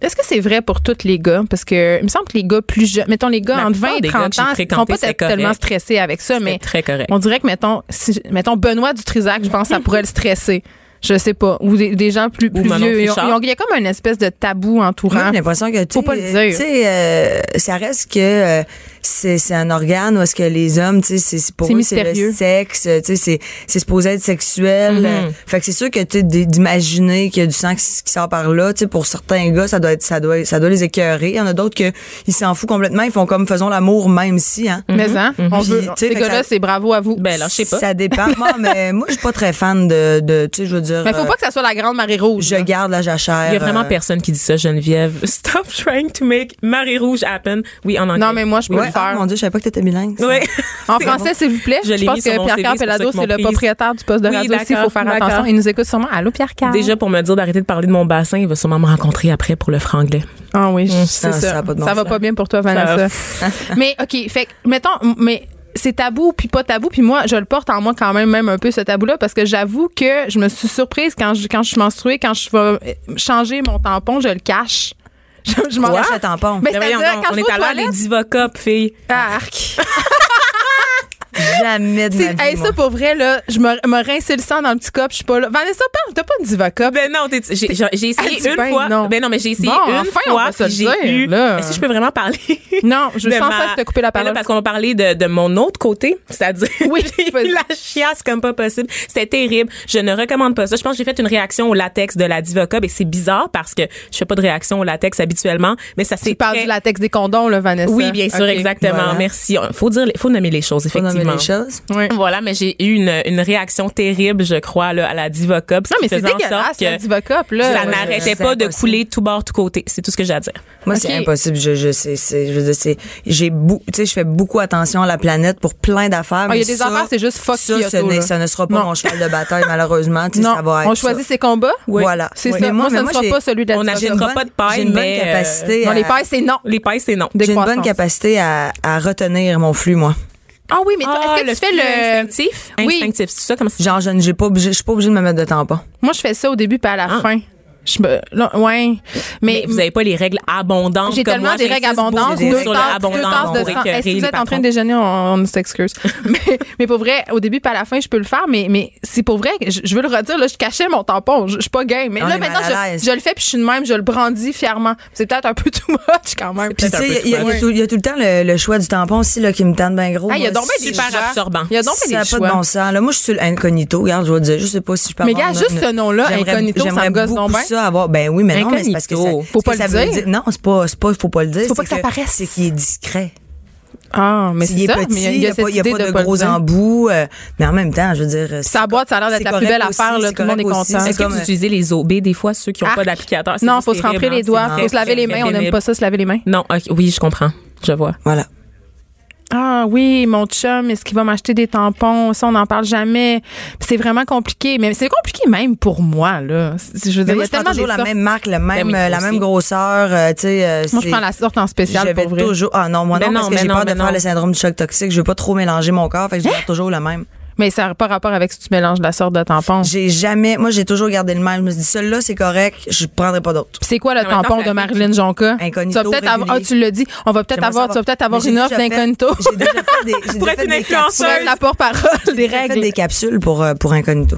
A: Est-ce que c'est vrai pour tous les gars? Parce que il me semble que les gars plus jeunes, mettons les gars
B: La
A: entre
B: plupart
A: 20 et
B: des gars que
A: 30
B: j'ai
A: ans, ils sont
B: fréquentés,
A: pas
B: c'était
A: tellement
B: correct.
A: stressés avec ça, mais
B: très correct.
A: on dirait que mettons, si- mettons Benoît Dutrisac, je pense que ça pourrait le stresser. Je sais pas. Ou des, des gens plus,
B: Ou
A: plus
B: Manon
A: vieux. Ils ont-
B: Richard.
A: ils ont- Il y a comme une espèce de tabou
F: Moi,
A: entourant.
F: j'ai l'impression que tu
A: Hein? Faut pas le
F: sais,
A: dire.
F: tu sais, euh, ça reste que euh, c'est c'est un organe où est-ce que les hommes, tu sais, c'est- c'est pour
A: C'est
F: eux, c'est
A: mystérieux. Mhm.
F: le sexe, tu sais, c'est c'est supposé être sexuel. Euh, Fait que c'est sûr que tu sais, d- d'imaginer qu'il y a du sang qui, s- qui sort par là, tu sais, pour certains gars, ça doit être ça doit ça doit les écœurer. Il y en a d'autres que ils s'en foutent complètement, ils font comme faisons l'amour même si hein.
A: Mais hein, on
F: Puis,
A: veut.
F: tu sais,
A: Ces
F: fait que
A: gars-là,
F: ça-
A: c'est bravo à vous.
B: Mhm. Ben, là, je sais pas.
F: Ça dépend. moi, mais moi je suis pas très fan de de tu sais, je veux dire
A: Mais faut
F: euh,
A: pas que ça soit la grande marée rouge.
F: je
A: là.
F: garde la jachère.
B: Il y a vraiment
F: euh,
B: personne qui dit ça, Geneviève. Stop trying to make marée rouge happen. Oui, en anglais.
A: Non, mais moi, je peux
F: Ouais,
A: le
F: ah,
A: faire.
F: mon dieu, je savais pas que t'étais bilingue. ça.
B: Oui.
A: En français, s'il vous plaît.
B: Je
A: Je,
B: l'ai mis
A: pense
B: sur
A: que
B: mon CV,
A: Pierre-Pierre
B: c'est pour ça
A: Pelado,
B: qu'ils m'ont
A: c'est le
B: prise.
A: propriétaire du poste de
B: Oui,
A: radio aussi. Il
B: d'accord,
A: faut faire
B: d'accord.
A: attention. Il nous écoute sûrement. Allô, Pierre-Pierre?
B: Déjà, pour me dire d'arrêter de parler de mon bassin, il va sûrement me rencontrer après pour le franglais.
A: Ah oui, je- c'est ça.
F: Ah, ça
A: Ça,
F: a pas de bon
A: va
F: sens.
A: pas bien pour toi, Vanessa. mais OK, fait que, mettons, m- mais c'est tabou, puis pas tabou, puis moi, je le porte en moi quand même, même un peu ce tabou-là, parce que j'avoue que je me suis surprise quand je, quand je suis menstruée, quand je vais euh, changer mon tampon, je le cache. Je, je m'en
F: Quoi? Cache le tampon.
A: Mais
B: Mais
A: c'est-à-dire,
B: Ben voyons donc,
A: quand
B: on
A: je
B: est
A: vais
B: à
A: aux
B: l'heure des
A: toilettes,
B: divocopes, fille.
A: arc.
F: Jamais de ma
A: C'est-
F: vie.
A: hey,
F: moi.
A: ça, pour vrai, là, je me, me rincais le sang dans le petit cop, je suis pas là. Vanessa, parle, t'as pas une diva cup.
B: Ben non, t'es- j'ai j'ai- j'ai
A: Elle
B: essayé
A: dit
B: une
A: ben
B: fois.
A: non.
B: Ben non, mais j'ai essayé
A: Bon,
B: une
A: enfin, on
B: fois.
A: va se
B: puis j'ai
A: le dire,
B: eu.
A: là.
B: Est-ce que je peux vraiment parler?
A: Non, je
B: de
A: sens
B: ma-
A: ça, je te couper la
B: Ben là,
A: parole.
B: parce qu'on va parler de, de mon autre côté, c'est-à-dire
A: Oui,
B: j'ai eu
A: vas-y.
B: la chiasse comme pas possible. C'était terrible. Je ne recommande pas ça. Je pense que j'ai fait une réaction au latex de la Divocob et c'est bizarre parce que je fais pas de réaction au latex habituellement, mais ça s'est
A: Tu parles
B: très-
A: du latex des condoms, là, Vanessa.
B: Oui, bien sûr,
A: OK.
B: exactement.
F: Voilà.
B: Merci. Faut dire, faut nommer les choses,
F: Faut
B: effectivement.
F: nommer les choses.
A: Ouais.
B: Voilà, mais j'ai eu une, une réaction terrible, je crois, là, à la Divocob.
A: Non, mais c'est dégueulasse,
B: sorte
A: la
B: que
A: Divocop, là.
B: ça
F: Ouais,
B: n'arrêtait
F: c'est
B: pas de
F: impossible.
B: couler tout bord, tout côté. C'est tout ce que j'ai à dire.
F: Moi,
A: Ok.
F: c'est impossible. Je, je sais, c'est, je veux dire, c'est, j'ai beaucoup, tu sais, je fais beaucoup attention à la planète pour plein d'affaires.
A: Ah, il y a
F: mais
A: des
F: ça,
A: affaires, c'est juste fuck
F: ça,
A: Kyoto,
F: ce n'est-
A: là.
F: ça ne sera pas
A: Non.
F: mon cheval de bataille, malheureusement. Tu sais,
A: Non,
F: ça va être
A: on choisit
F: ça.
A: ses combats.
F: Oui. Voilà.
A: C'est
F: Oui.
A: ça.
F: Mais
A: moi,
F: moi,
A: ça
F: mais
A: ne
F: moi,
A: sera
F: j'ai-
A: pas celui de la
B: on
F: J'ai
A: Divocop.
F: une
B: n'achètera
F: bonne,
B: pas de paille,
F: j'ai une bonne
B: mais, euh,
F: capacité.
A: Non,
F: à-
A: les pailles, c'est non.
B: Les pailles, c'est non.
F: j'ai une bonne
A: Décroissance.
F: capacité à, à retenir mon flux, moi.
A: Ah oui, mais toi,
B: Ah,
A: est-ce que tu fais
B: flux
A: le.
B: instinctif?
A: Oui.
B: Instinctif, c'est ça comme ça?
F: Genre, je ne, j'ai pas obligé, je suis pas obligée de me mettre de tampon.
A: Moi, je fais ça au début, puis à la fin. Je me. là, ouais. Mais.
B: Ah. Mais vous n'avez pas les règles abondantes.
A: j'ai
B: comme
A: tellement
B: moi,
A: des règles
B: j'insiste beaucoup
A: abondantes,
F: j'ai des
A: deux, tasses,
F: règles
A: deux tasses
F: abondantes
A: de
F: pour
A: sang.
B: écœurer
A: Hey, si vous êtes
B: les
A: en train
B: patrons.
A: de déjeuner, on, on s'excuse. mais, mais pour vrai, au début, pas à la fin, je peux le faire, mais, mais c'est pour vrai, que je, je veux le redire, là, je cachais mon tampon, je, je suis pas gay. Mais
F: On
A: là,
F: est mal
A: maintenant,
F: à
A: je,
F: l'aise.
A: je le fais, puis je suis de même, je le brandis fièrement. C'est peut-être un peu too much quand même.
F: Puis, tu
B: un
F: sais,
B: peu
F: il y, a-
B: too
F: il y a
B: much.
F: tout- il y a tout le temps le, le choix du tampon aussi, là, qui me tente bien gros.
A: Ah, il y a
F: moi,
A: donc bien des
B: super
A: choix.
B: absorbant.
A: Il y a donc
F: ça
A: bien
F: a
A: des
F: pas
A: choix.
F: de bon sens. Là, moi, je suis sur le incognito. Regarde, je vais te dire, je sais pas si je peux
A: Mais
F: avoir
A: gars,
F: une-
A: juste ce nom-là,
F: J'aimerais-
A: incognito, ça me
F: j'aimerais
A: gosse donc
F: beaucoup
A: bien.
F: ça avoir. Ben oui, mais non, mais c'est parce que ça,
B: Incognito.
A: Faut
F: ce
A: pas
F: que
A: le
F: ça veut
A: dire.
F: Non, c'est pas, c'est pas, faut pas le dire.
A: Faut pas
F: c'est
A: que ça paraisse.
F: C'est qu'il est discret.
A: Ah, mais
F: S'il
A: c'est
F: est
A: ça.
F: petit,
A: mais
F: il n'y a, pas- il y a
A: cette idée
F: pas de
A: le
F: gros
A: dire.
F: embouts. euh, mais en même temps, je veux dire. euh,
A: Sa boîte, ça a l'air d'être
F: c'est
A: la plus belle
F: correct
A: affaire.
F: aussi,
A: là,
F: c'est
A: tout le monde est
F: correct
A: content.
F: aussi,
B: Est-ce
F: c'est
B: que vous
F: comme-
B: utilisez les OB des fois, ceux qui n'ont
A: Arc.
B: pas d'applicateur? C'est
A: Non,
B: juste
A: faut se remplir
B: terrible,
A: les
B: hein,
A: doigts.
B: c'est
A: faut se laver les mains. On
B: terrible.
A: n'aime pas ça, se laver les mains.
B: Non, ok, oui, je comprends. Je vois.
F: Voilà.
A: Ah oui, mon chum, est-ce qu'il va m'acheter des tampons? Ça, on n'en parle jamais. Puis C'est vraiment compliqué. Mais c'est compliqué même pour moi, là. C'est- Je veux dire, il y
F: Mais moi,
A: a
F: je prends
A: tellement des Ben
F: toujours la
A: sortes.
F: même marque, le même,
B: oui,
F: euh, la
B: aussi.
F: même grosseur. euh, tu sais, euh,
A: Moi,
F: c'est-
A: je prends la sorte en spécial
F: je vais
A: pour vrai. Ben
F: toujours. Ah non, moi
B: Mais
F: non,
B: non,
F: parce
B: mais
F: que j'ai
B: non,
F: peur
B: mais
F: de faire
B: non.
F: le syndrome du choc toxique. Je veux pas trop mélanger mon corps, fait que je garde toujours le même.
A: Mais ça n'a pas rapport avec si tu mélanges la sorte de
B: Mm.
A: tampon. Puis
F: J'ai jamais. Moi, j'ai toujours gardé le même. Je me suis dit, celui-là, c'est correct, je prendrai pas d'autre.
A: C'est quoi le
B: En même temps,
A: tampon
B: ça
A: de
B: fait-
A: Marilyn Jonca?
F: Incognito,
A: tu vas peut-être avoir, ah,
F: régulier.
A: tu le dis. On va peut-être
F: J'aimerais
A: avoir, tu vas
F: savoir.
A: peut-être
F: Mais
A: avoir
F: j'ai
A: une
F: déjà
A: offre
F: fait-
A: d'incognito.
F: J'ai déjà fait des. j'ai
B: Pour
F: déjà
B: être
F: fait
B: une
F: des
B: influenceuse.
A: Pour être la porte-parole des
F: J'ai déjà fait
A: règles.
F: des capsules pour, euh, pour incognito.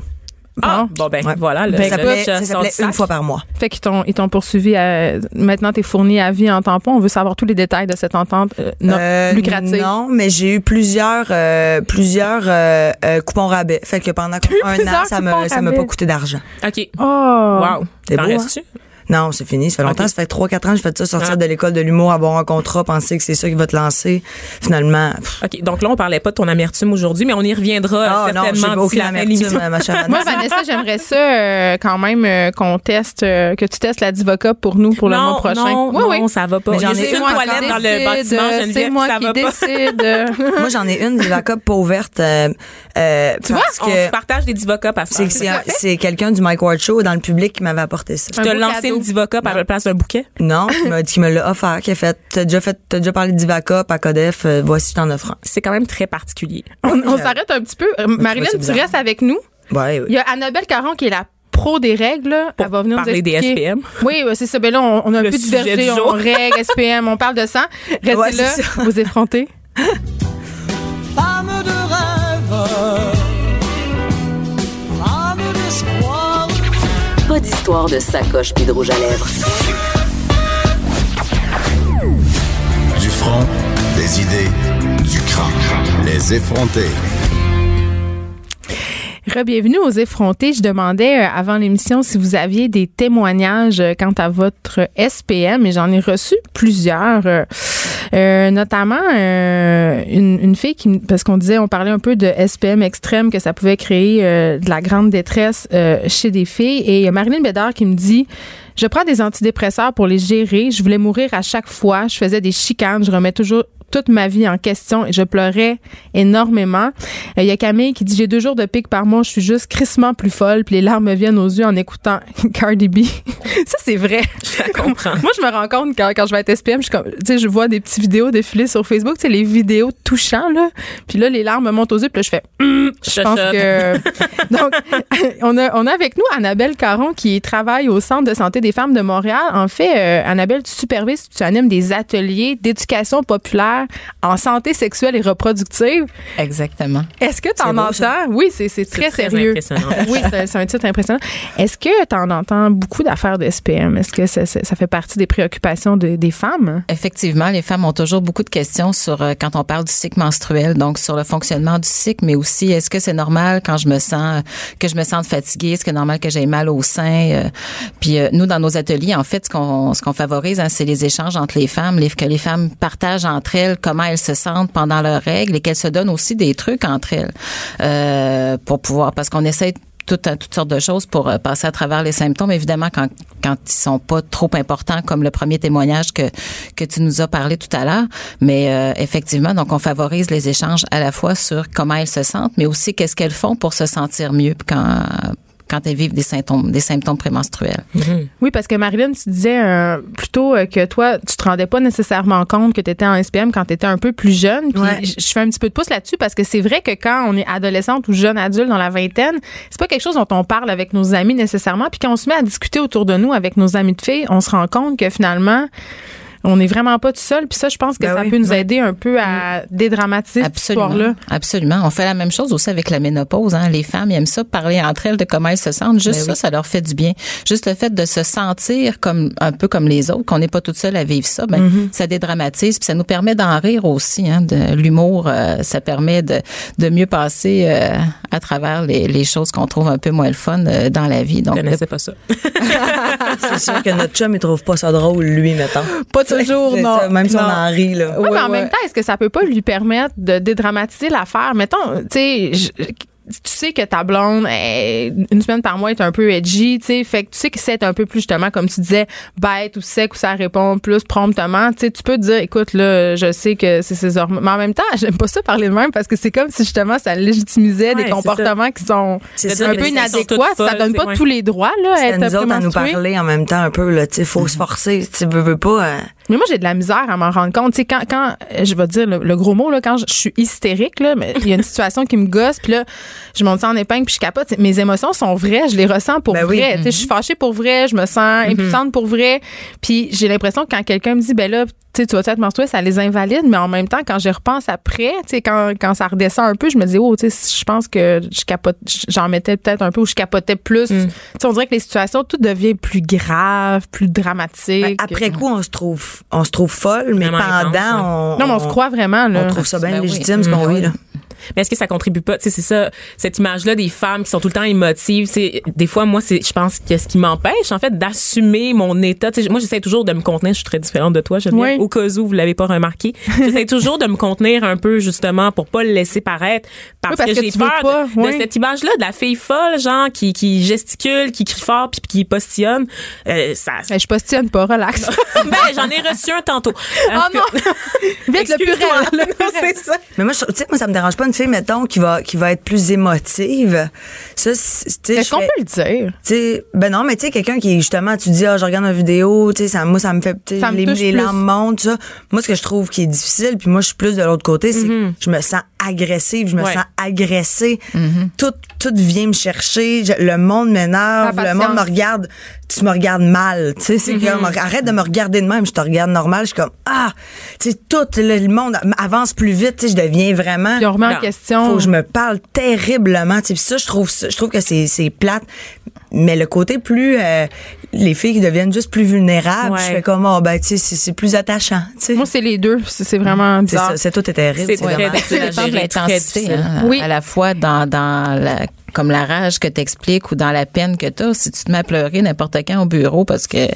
B: Ah,
A: Bon.
B: bon, ben,
F: Ouais.
B: voilà. le-
F: ça
B: le-
F: s'appelait,
B: le-
F: ça
B: sort
F: s'appelait
B: du sac.
F: une fois par mois.
A: Fait qu'ils t'ont, ils t'ont poursuivi à, maintenant t'es fourni à vie en tampon. On veut savoir tous les détails de cette entente euh, non-
F: Euh,
A: lucrative.
F: Non, mais j'ai eu plusieurs, euh, plusieurs euh, euh, coupons rabais. Fait que pendant
A: eu
F: un
A: plusieurs
F: an, ça
A: coupons
F: me, ça m'a
A: rabais.
F: pas coûté d'argent.
B: OK.
A: Oh.
B: Wow.
F: C'est
B: T'en
F: beau, hein?
B: restes-tu?
F: Non, c'est fini. Ça fait longtemps.
B: Ok.
F: Ça fait 3-4 ans que je fais ça, sortir
B: Ah.
F: de l'école de l'humour, avoir un contrat, penser que c'est ça qui va te lancer. Finalement, pff,
B: OK. Donc là, on parlait pas de ton amertume aujourd'hui, mais on y reviendra
F: ah
B: euh,
F: non, j'ai
B: certainement
F: pas
B: d'ici
F: aucune
B: la fin de l'émission.
F: amertume, ma chère Anna.
A: Moi, Vanessa, j'aimerais ça euh, quand même euh, qu'on teste, euh, que tu testes la Divoca pour nous pour le
B: non,
A: mois prochain.
B: Non,
A: oui,
B: non,
A: oui.
B: ça va pas.
F: Mais
B: Il y
F: j'en
B: a
F: ai
B: juste
A: C'est
B: une
A: moi qui
B: toilette dans le
A: décide,
B: bâtiment,
A: euh, C'est
B: Geneviève,
A: moi
B: ça
A: qui
B: va pas.
A: décide.
F: Moi, j'en ai une, des vacuums pas ouvertes. Euh, euh, parce
B: On
F: que
B: se partage des divocas parce
F: c'est,
B: que
F: c'est, c'est quelqu'un du Mike Ward Show dans le public qui m'avait apporté ça.
B: Tu as
A: beau
B: lancé
A: cadeau.
B: une divoca par la place d'un bouquet?
F: Non, qui m'a dit qu'il me l'a offert, qui a fait, t'as déjà fait, t'as déjà parlé d'Ivaca, à Codef, euh, voici, je t'en offre un.
B: C'est quand même très particulier.
A: On, on s'arrête un petit peu. Euh, Marilyn,
F: ça
A: tu
F: bizarre.
A: restes avec nous.
F: Ouais,
A: Il
F: oui.
A: y a Annabelle Caron qui est la pro des règles. là. Elle va venir nous
B: parler des
A: expliquer.
B: SPM.
A: Oui, oui, c'est ça. Ben là, on, on a un
B: Le
A: peu
B: sujet du
A: divergé. On
B: jour.
A: règle, SPM, on parle de sang. Restez
F: Ouais,
A: là,
F: c'est ça.
A: vous effrontez.
C: Femme de rêve, femme d'espoir.
D: Pas d'histoire de sacoche puis de rouge à lèvres.
E: Du front, des idées, du crâne. Les effronter.
A: Rebienvenue aux effrontés. Je demandais euh, avant l'émission si vous aviez des témoignages euh, quant à votre SPM et j'en ai reçu plusieurs, euh, euh, notamment euh, une, une fille qui, me- parce qu'on disait, on parlait un peu de SPM extrême, que ça pouvait créer euh, de la grande détresse euh, chez des filles. Et il y a Marilyn Bédard qui me dit, je prends des antidépresseurs pour les gérer. Je voulais mourir à chaque fois. Je faisais des chicanes. Je remets toujours toute ma vie en question et je pleurais énormément. Euh, Il y a Camille qui dit j'ai deux jours de pic par mois, je suis juste crissement plus folle, puis les larmes me viennent aux yeux en écoutant Cardi B. Ça c'est vrai. Je
B: comprends.
A: Moi je me rends compte quand, quand je vais être SPM, je suis comme tu sais je vois des petites vidéos défiler sur Facebook, tu sais les vidéos touchantes là, puis là les larmes me montent aux yeux, puis là je fais hum, je pense que. Donc, on a, on a avec nous Annabelle Caron qui travaille au Centre de santé des femmes de Montréal. En fait, euh, Annabelle, tu supervises, tu animes des ateliers d'éducation populaire en santé sexuelle et reproductive.
G: Exactement.
A: Est-ce que tu en
F: beau,
A: entends?
F: ça.
A: Oui, c'est c'est très,
B: très
A: sérieux.
B: impressionnant.
A: oui, c'est c'est un titre impressionnant. Est-ce que tu en entends beaucoup d'affaires de SPM? Est-ce que ça, ça- ça fait partie des préoccupations de- des femmes?
G: Effectivement, les femmes ont toujours beaucoup de questions sur euh, quand on parle du cycle menstruel, donc sur le fonctionnement du cycle, mais aussi est-ce que c'est normal quand je me sens euh, que je me sente fatiguée, est-ce que c'est normal que j'ai mal au sein. euh, puis euh, nous, dans nos ateliers, en fait, ce qu'on ce qu'on favorise, hein, c'est les échanges entre les femmes, les, que les femmes partagent entre elles comment elles se sentent pendant leurs règles et qu'elles se donnent aussi des trucs entre elles euh, pour pouvoir, parce qu'on essaie tout un- toutes sortes de choses pour euh, passer à travers les symptômes. Évidemment, quand, quand ils sont pas trop importants, comme le premier témoignage que, que tu nous as parlé tout à l'heure. Mais euh, effectivement, donc on favorise les échanges à la fois sur comment elles se sentent, mais aussi qu'est-ce qu'elles font pour se sentir mieux quand quand elles vivent des symptômes, des symptômes prémenstruels.
A: Oui, parce que Marilyn, tu disais euh, plutôt euh, que toi, tu te rendais pas nécessairement compte que tu étais en SPM quand tu étais un peu plus jeune. Puis
F: Ouais.
A: j- je fais un petit peu de pouce là-dessus parce que c'est vrai que quand on est adolescente ou jeune adulte dans la vingtaine, c'est pas quelque chose dont on parle avec nos amis nécessairement. Puis quand on se met à discuter autour de nous avec nos amis de filles, on se rend compte que finalement, on n'est vraiment pas tout seul. Puis ça, je pense que
F: Ben
A: ça
F: oui,
A: peut nous aider un peu à dédramatiser cette histoire-là.
G: Absolument. Absolument. On fait la même chose aussi avec la ménopause. Hein. Les femmes ils aiment ça, parler entre elles de comment elles se sentent.
F: Ben
G: Juste ça, ça leur fait du bien. Juste le fait de se sentir comme un peu comme les autres, qu'on n'est pas toute seule à vivre ça, ben,
F: Mm-hmm.
G: ça dédramatise. Puis ça nous permet d'en rire aussi. Hein, de, l'humour, euh, ça permet de, de mieux passer euh, à travers les, les choses qu'on trouve un peu moins le fun euh, dans la vie. Donc,
B: Je connaissais pas ça.
F: C'est sûr que notre chum, il trouve pas ça drôle, lui, mettons.
A: Pas tout Toujours
F: C'est
A: non.
F: ça, même si on
A: Non.
F: en rit, là.
A: Ouais, mais en
B: ouais.
A: même temps, est-ce que ça peut pas lui permettre de dédramatiser l'affaire? Mettons, tu sais, je- tu sais que ta blonde, eh, une semaine par mois, est un peu edgy, tu sais, fait que tu sais que c'est un peu plus, justement, comme tu disais, bête ou sec, ou ça répond plus promptement, tu sais, tu peux te dire, écoute, là, je sais que c'est ses hormones. Mais en même temps, j'aime pas ça parler de même parce que c'est comme si, justement, ça légitimisait
B: Ouais,
A: des
B: c'est
A: comportements qui sont
F: C'est ça,
A: un
F: que
A: peu
B: les filles sont toutes
A: inadéquats. Ça
B: folles,
A: donne pas
B: c'est-
A: tous les droits, là, à
F: C'est à
A: être
F: nous
A: un peu
F: autres à nous
A: menstruée.
F: parler en même temps un peu, là. Tu sais, faut se forcer. Tu veux, veux pas. hein.
A: Mais moi, j'ai de la misère à m'en rendre compte. Tu sais, quand, quand euh, je vais dire le, le gros mot, là, quand je, je suis hystérique, là, mais il y a une situation qui me gosse, puis là, je monte ça en épingle, puis je capote. Tu sais, Mes émotions sont vraies, je les ressens pour
F: Ben oui. Mm-hmm.
A: vrai. Tu sais, Je suis fâchée pour vrai, je me sens impuissante pour vrai. Puis j'ai l'impression que quand quelqu'un me dit, ben là, tu sais, tu vas être menstruée, ça les invalide, mais en même temps, quand j'y repense après, tu sais, quand, quand ça redescend un peu, je me dis, oh, tu sais, je pense que je capote, j'en mettais peut-être un peu ou je capotais plus.
F: Mm.
A: Tu sais, on dirait que les situations, tout devient plus grave, plus
F: Ben,
A: dramatique.
F: Après coup, on se trouve, on se trouve folle, mais
B: Vraiment intense, ouais.
F: pendant, on.
A: Non, mais on se croit vraiment, là.
F: On trouve ça bien
G: Ben oui.
F: légitime, ce qu'on
G: Ben
F: vit, là.
B: Mais est-ce que ça contribue pas, tu sais, c'est ça, cette image-là des femmes qui sont tout le temps émotives, tu sais, des fois, moi, c'est, je pense que ce qui m'empêche, en fait, d'assumer mon état, tu sais, moi, j'essaie toujours de me contenir, je suis très différente de toi, je
A: Oui.
B: au cas où vous l'avez pas remarqué, j'essaie toujours de me contenir un peu, justement, pour pas le laisser paraître, parce,
A: Oui, parce que
B: j'ai
A: tu veux
B: peur de-
A: pas,
B: de,
A: oui.
B: cette image-là, de la fille folle, genre, qui, qui gesticule, qui crie fort, puis qui postillonne, Euh, ça...
A: Ben, je postillonne pas, relax.
B: ben, j'en ai reçu un tantôt.
A: oh
F: Ah,
A: non! Vite, le
B: Excuse-moi.
A: purel. le
B: Non,
A: purel.
B: c'est ça.
F: Mais moi, je- tu sais, moi, ça me dérange pas une fille, mettons, qui va, qui va être plus émotive. Ça, c'est- tu sais, je
A: Est-ce qu'on
F: fais-
A: peut le dire?
F: tu sais, ben non, mais tu sais, quelqu'un qui est justement, tu dis, ah, je regarde une vidéo, tu sais, ça, moi, ça me fait, tu sais,
A: Ça me
F: les,
A: touche
F: les
A: plus.
F: larmes montent, ça. Moi, ce que je trouve qui est difficile, puis moi, je suis plus de l'autre côté, c'est
A: Mm-hmm.
F: que je me sens agressive, je me
B: Ouais.
F: sens agressée. Tout, tout vient me chercher, je- le monde m'énerve,
A: La
F: le monde me
A: patience. Mm-hmm.
F: regarde, tu me regardes mal, tu sais, c'est comme, arrête de me regarder de même, je te regarde normal, je suis comme, ah, tu sais, tout le, le monde avance plus vite, tu sais, je deviens vraiment
A: Puis on remet
B: Non.
A: en question.
F: faut que je me parle terriblement. Tu sais, puis ça, je trouve, ça- je trouve que c'est, c'est plate. Mais le côté plus, euh, les filles qui deviennent juste plus vulnérables,
B: Ouais.
F: je fais comme, oh, ben, tu sais, c'est, c'est plus attachant. Tu sais.
A: Moi, c'est les deux. C'est c'est vraiment
F: c'est
A: bizarre.
F: ça, c'est tout est terrible.
B: C'est
F: c'est
B: très
F: vraiment-
B: difficile.
G: Ça dépend de
B: gérer, très
G: l'intensité,
B: difficile.
G: hein,
A: Oui.
G: à la fois dans, dans la, comme la rage que t'expliques ou dans la peine que t'as. Si tu te mets à pleurer n'importe quand au bureau parce que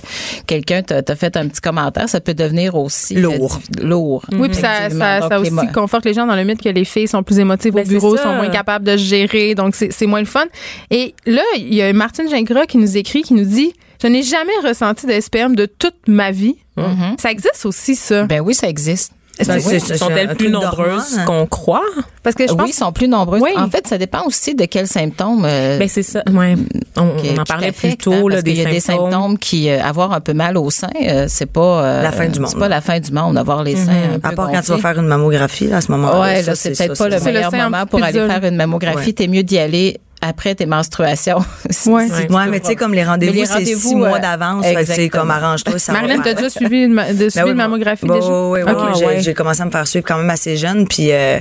G: quelqu'un t'a t'a fait un petit commentaire, ça peut devenir aussi euh,
F: Lourd.
G: diff- lourd.
A: Oui, puis ça,
G: Effectivement.
A: ça,
G: Donc,
A: ça
G: les mo-
A: aussi conforte les gens dans le mythe que les filles sont plus émotives
B: Ben,
A: au
B: c'est
A: bureau,
B: ça.
A: sont moins capables de se gérer, donc c'est c'est moins le fun. Et là, il y a Martine Gingras qui nous écrit, qui nous dit « Je n'ai jamais ressenti de SPM de toute ma vie.
F: Mm-hmm.
A: Ça existe aussi, ça.
G: Ben oui, ça existe.
F: Ben, c'est- c'est- c'est
B: Sont-elles
F: un
B: plus
F: truc
B: nombreuses
F: d'hormones, hein.
B: qu'on croit?
A: Parce
F: ah
A: que je pense
G: Oui, ils sont plus nombreux.
A: Oui.
G: En fait, ça dépend aussi de quels symptômes. euh,
B: Ben c'est ça. Ouais. On, on
G: que-
B: en
G: qui
B: parlait plus
G: t'affectent,
B: tôt
G: hein,
B: là,
G: parce
B: des,
G: qu'il y a
B: symptômes.
G: des symptômes qui euh, avoir un peu mal au sein, euh, c'est pas euh,
F: La fin du monde.
G: C'est pas la fin du monde d'avoir les seins. un
F: À
G: peu
F: part quand tu vas
G: gonflés.
F: faire une mammographie, là, à ce moment-là.
G: Ouais,
F: ça,
G: là, c'est
F: ça,
G: peut-être
F: ça,
G: pas le
F: c'est-
A: le
G: meilleur
A: sein en
G: moment pour aller
A: pitbull.
G: faire une mammographie.
F: Ouais.
G: T'es mieux d'y aller après tes menstruations. Si-
A: Ouais.
F: Ouais,
B: Ouais,
F: mais tu sais, comme les rendez-vous,
G: Mais les
F: c'est six
G: rendez-vous,
F: mois
G: euh,
F: d'avance. fait que C'est
G: exactement.
F: comme arrange-toi. ça va
A: Marlène, t'as
F: faire.
A: déjà suivi une, ma- de, suivi
F: Ben oui,
A: une
F: moi-
A: mammographie
F: bah,
A: déjà?
F: Oui, oui, oui.
B: Ah,
F: Moi, j'ai-
B: ouais.
F: J'ai commencé à me faire suivre quand même assez jeune. Puis, euh,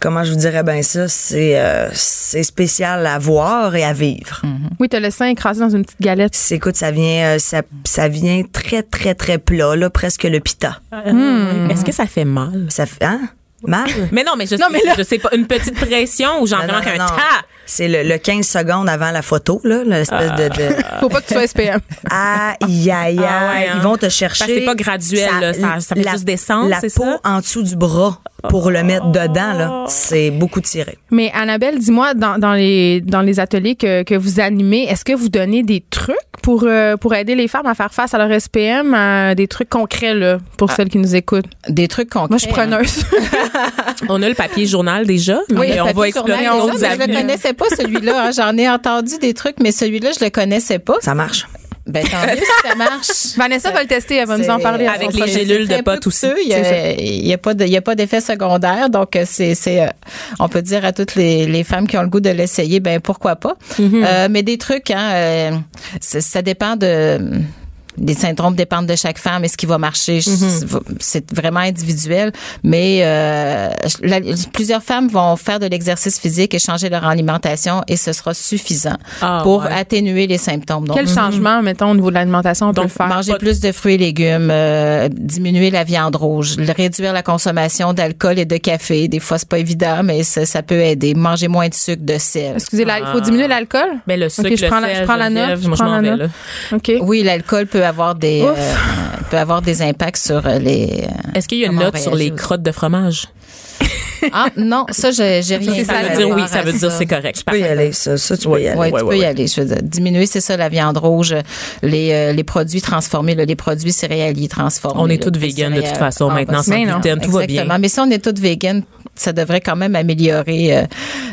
F: comment je vous dirais bien ça, c'est euh, c'est spécial à voir et à vivre.
A: Oui, t'as le sein écrasé dans une petite galette.
F: C'est- Écoute, ça vient, euh, ça, ça vient très, très, très plat, là, presque le pita.
B: Est-ce que ça fait mal?
F: Ça fait, hein? Mal?
B: Mais non, mais je,
A: Non,
B: sais,
A: mais là-
B: je sais pas. Une petite pression ou genre
F: Non,
B: vraiment
F: non,
B: qu'un
F: non, non.
B: tas.
F: C'est le, le 15 secondes avant la photo, là, l'espèce de- de...
A: Faut pas que tu sois SPM.
F: Aïe, aïe, aïe.
B: Ah ouais, hein.
F: Ils vont te
B: Parce que
F: chercher.
B: c'est pas graduel, là. Ça- ça fait juste descendre,
F: La
B: c'est
F: peau
B: ça? Oh.
F: en dessous du bras pour le mettre dedans, là. C'est beaucoup tiré.
A: Mais Annabelle, dis-moi, dans, dans, les, dans les ateliers que, que vous animez, est-ce que vous donnez des trucs pour, euh, pour aider les femmes à faire face à leur SPM, euh, des trucs concrets là, pour celles qui nous écoutent?
G: Des trucs concrets.
A: Moi, je suis
G: hein.
A: preneuse.
B: On a le papier journal déjà, mais
G: le
B: on va
G: papier
B: explorer
G: journal,
B: d'autres
G: déjà, mais Je le
B: avenues.
G: connaissais pas celui-là. hein. J'en ai entendu des trucs, mais celui-là, je le connaissais pas.
F: Ça marche.
G: Ben tant mieux si ça marche.
A: Vanessa va le tester, elle va nous en
G: C'est-
A: parler. à son
B: Avec les
A: prochain-
B: gélules. de
G: très peu
B: potes aussi,
G: coûteux. Il y
B: c'est
G: a, il y a pas de- il y a pas d'effet secondaire. Donc, euh, c'est, c'est, euh, on peut dire à toutes les, les femmes qui ont le goût de l'essayer, ben, pourquoi pas.
B: Mhm.
G: Euh, mais des trucs, hein, euh, c'est- ça dépend de, les syndromes dépendent de chaque femme et ce qui va marcher,
B: Mhm.
G: c'est vraiment individuel. Mais euh, la- plusieurs femmes vont faire de l'exercice physique et changer leur alimentation et ce sera suffisant
B: Ah,
G: pour
B: ouais.
G: atténuer les symptômes. Donc,
A: Quel changement, mettons, au niveau de l'alimentation, on peut le faire?
G: Mm-hmm. Manger plus de fruits et légumes, euh, diminuer la viande rouge, le- réduire la consommation d'alcool et de café. Des fois, c'est pas évident, mais ça, ça peut aider. Manger moins de sucre, de sel.
A: Excusez, il faut
B: Ah.
A: diminuer l'alcool?
B: Mais le sucre,
A: Ok, je
B: le
A: prends la-
B: sel,
A: je prends la note,
B: Geneviève,
A: je
B: moi, je
A: prends
B: m'en
A: la
B: vais,
A: note.
B: là.
A: OK.
G: Oui, l'alcool peut avoir des
A: Ouf.
G: euh, peut avoir des impacts sur euh, les. euh,
B: Est-ce qu'il y a une
G: comment on
B: note sur
G: réagit
B: les
G: aux-
B: crottes de fromage?
G: Ah non, ça, j'ai j'ai rien.
B: Ça veut
G: par
B: dire oui,
G: rapport
B: ça
G: à
B: veut dire c'est correct.
F: Tu peux y aller, ça. Ça, tu peux y aller.
G: Oui, tu
B: Ouais,
G: peux
B: ouais,
G: y
B: ouais.
G: aller. Je veux dire, diminuer, c'est ça, la viande rouge, les, euh, les produits transformés, là, les produits céréaliers transformés.
B: On est
G: là,
B: toutes
G: les
B: vegan de toute
G: céréales.
B: façon,
G: Ah,
B: maintenant,
G: bah,
B: sans
A: ben non.
B: gluten, tout va bien.
G: Exactement. Mais si on est toutes véganes, ça devrait quand même améliorer euh,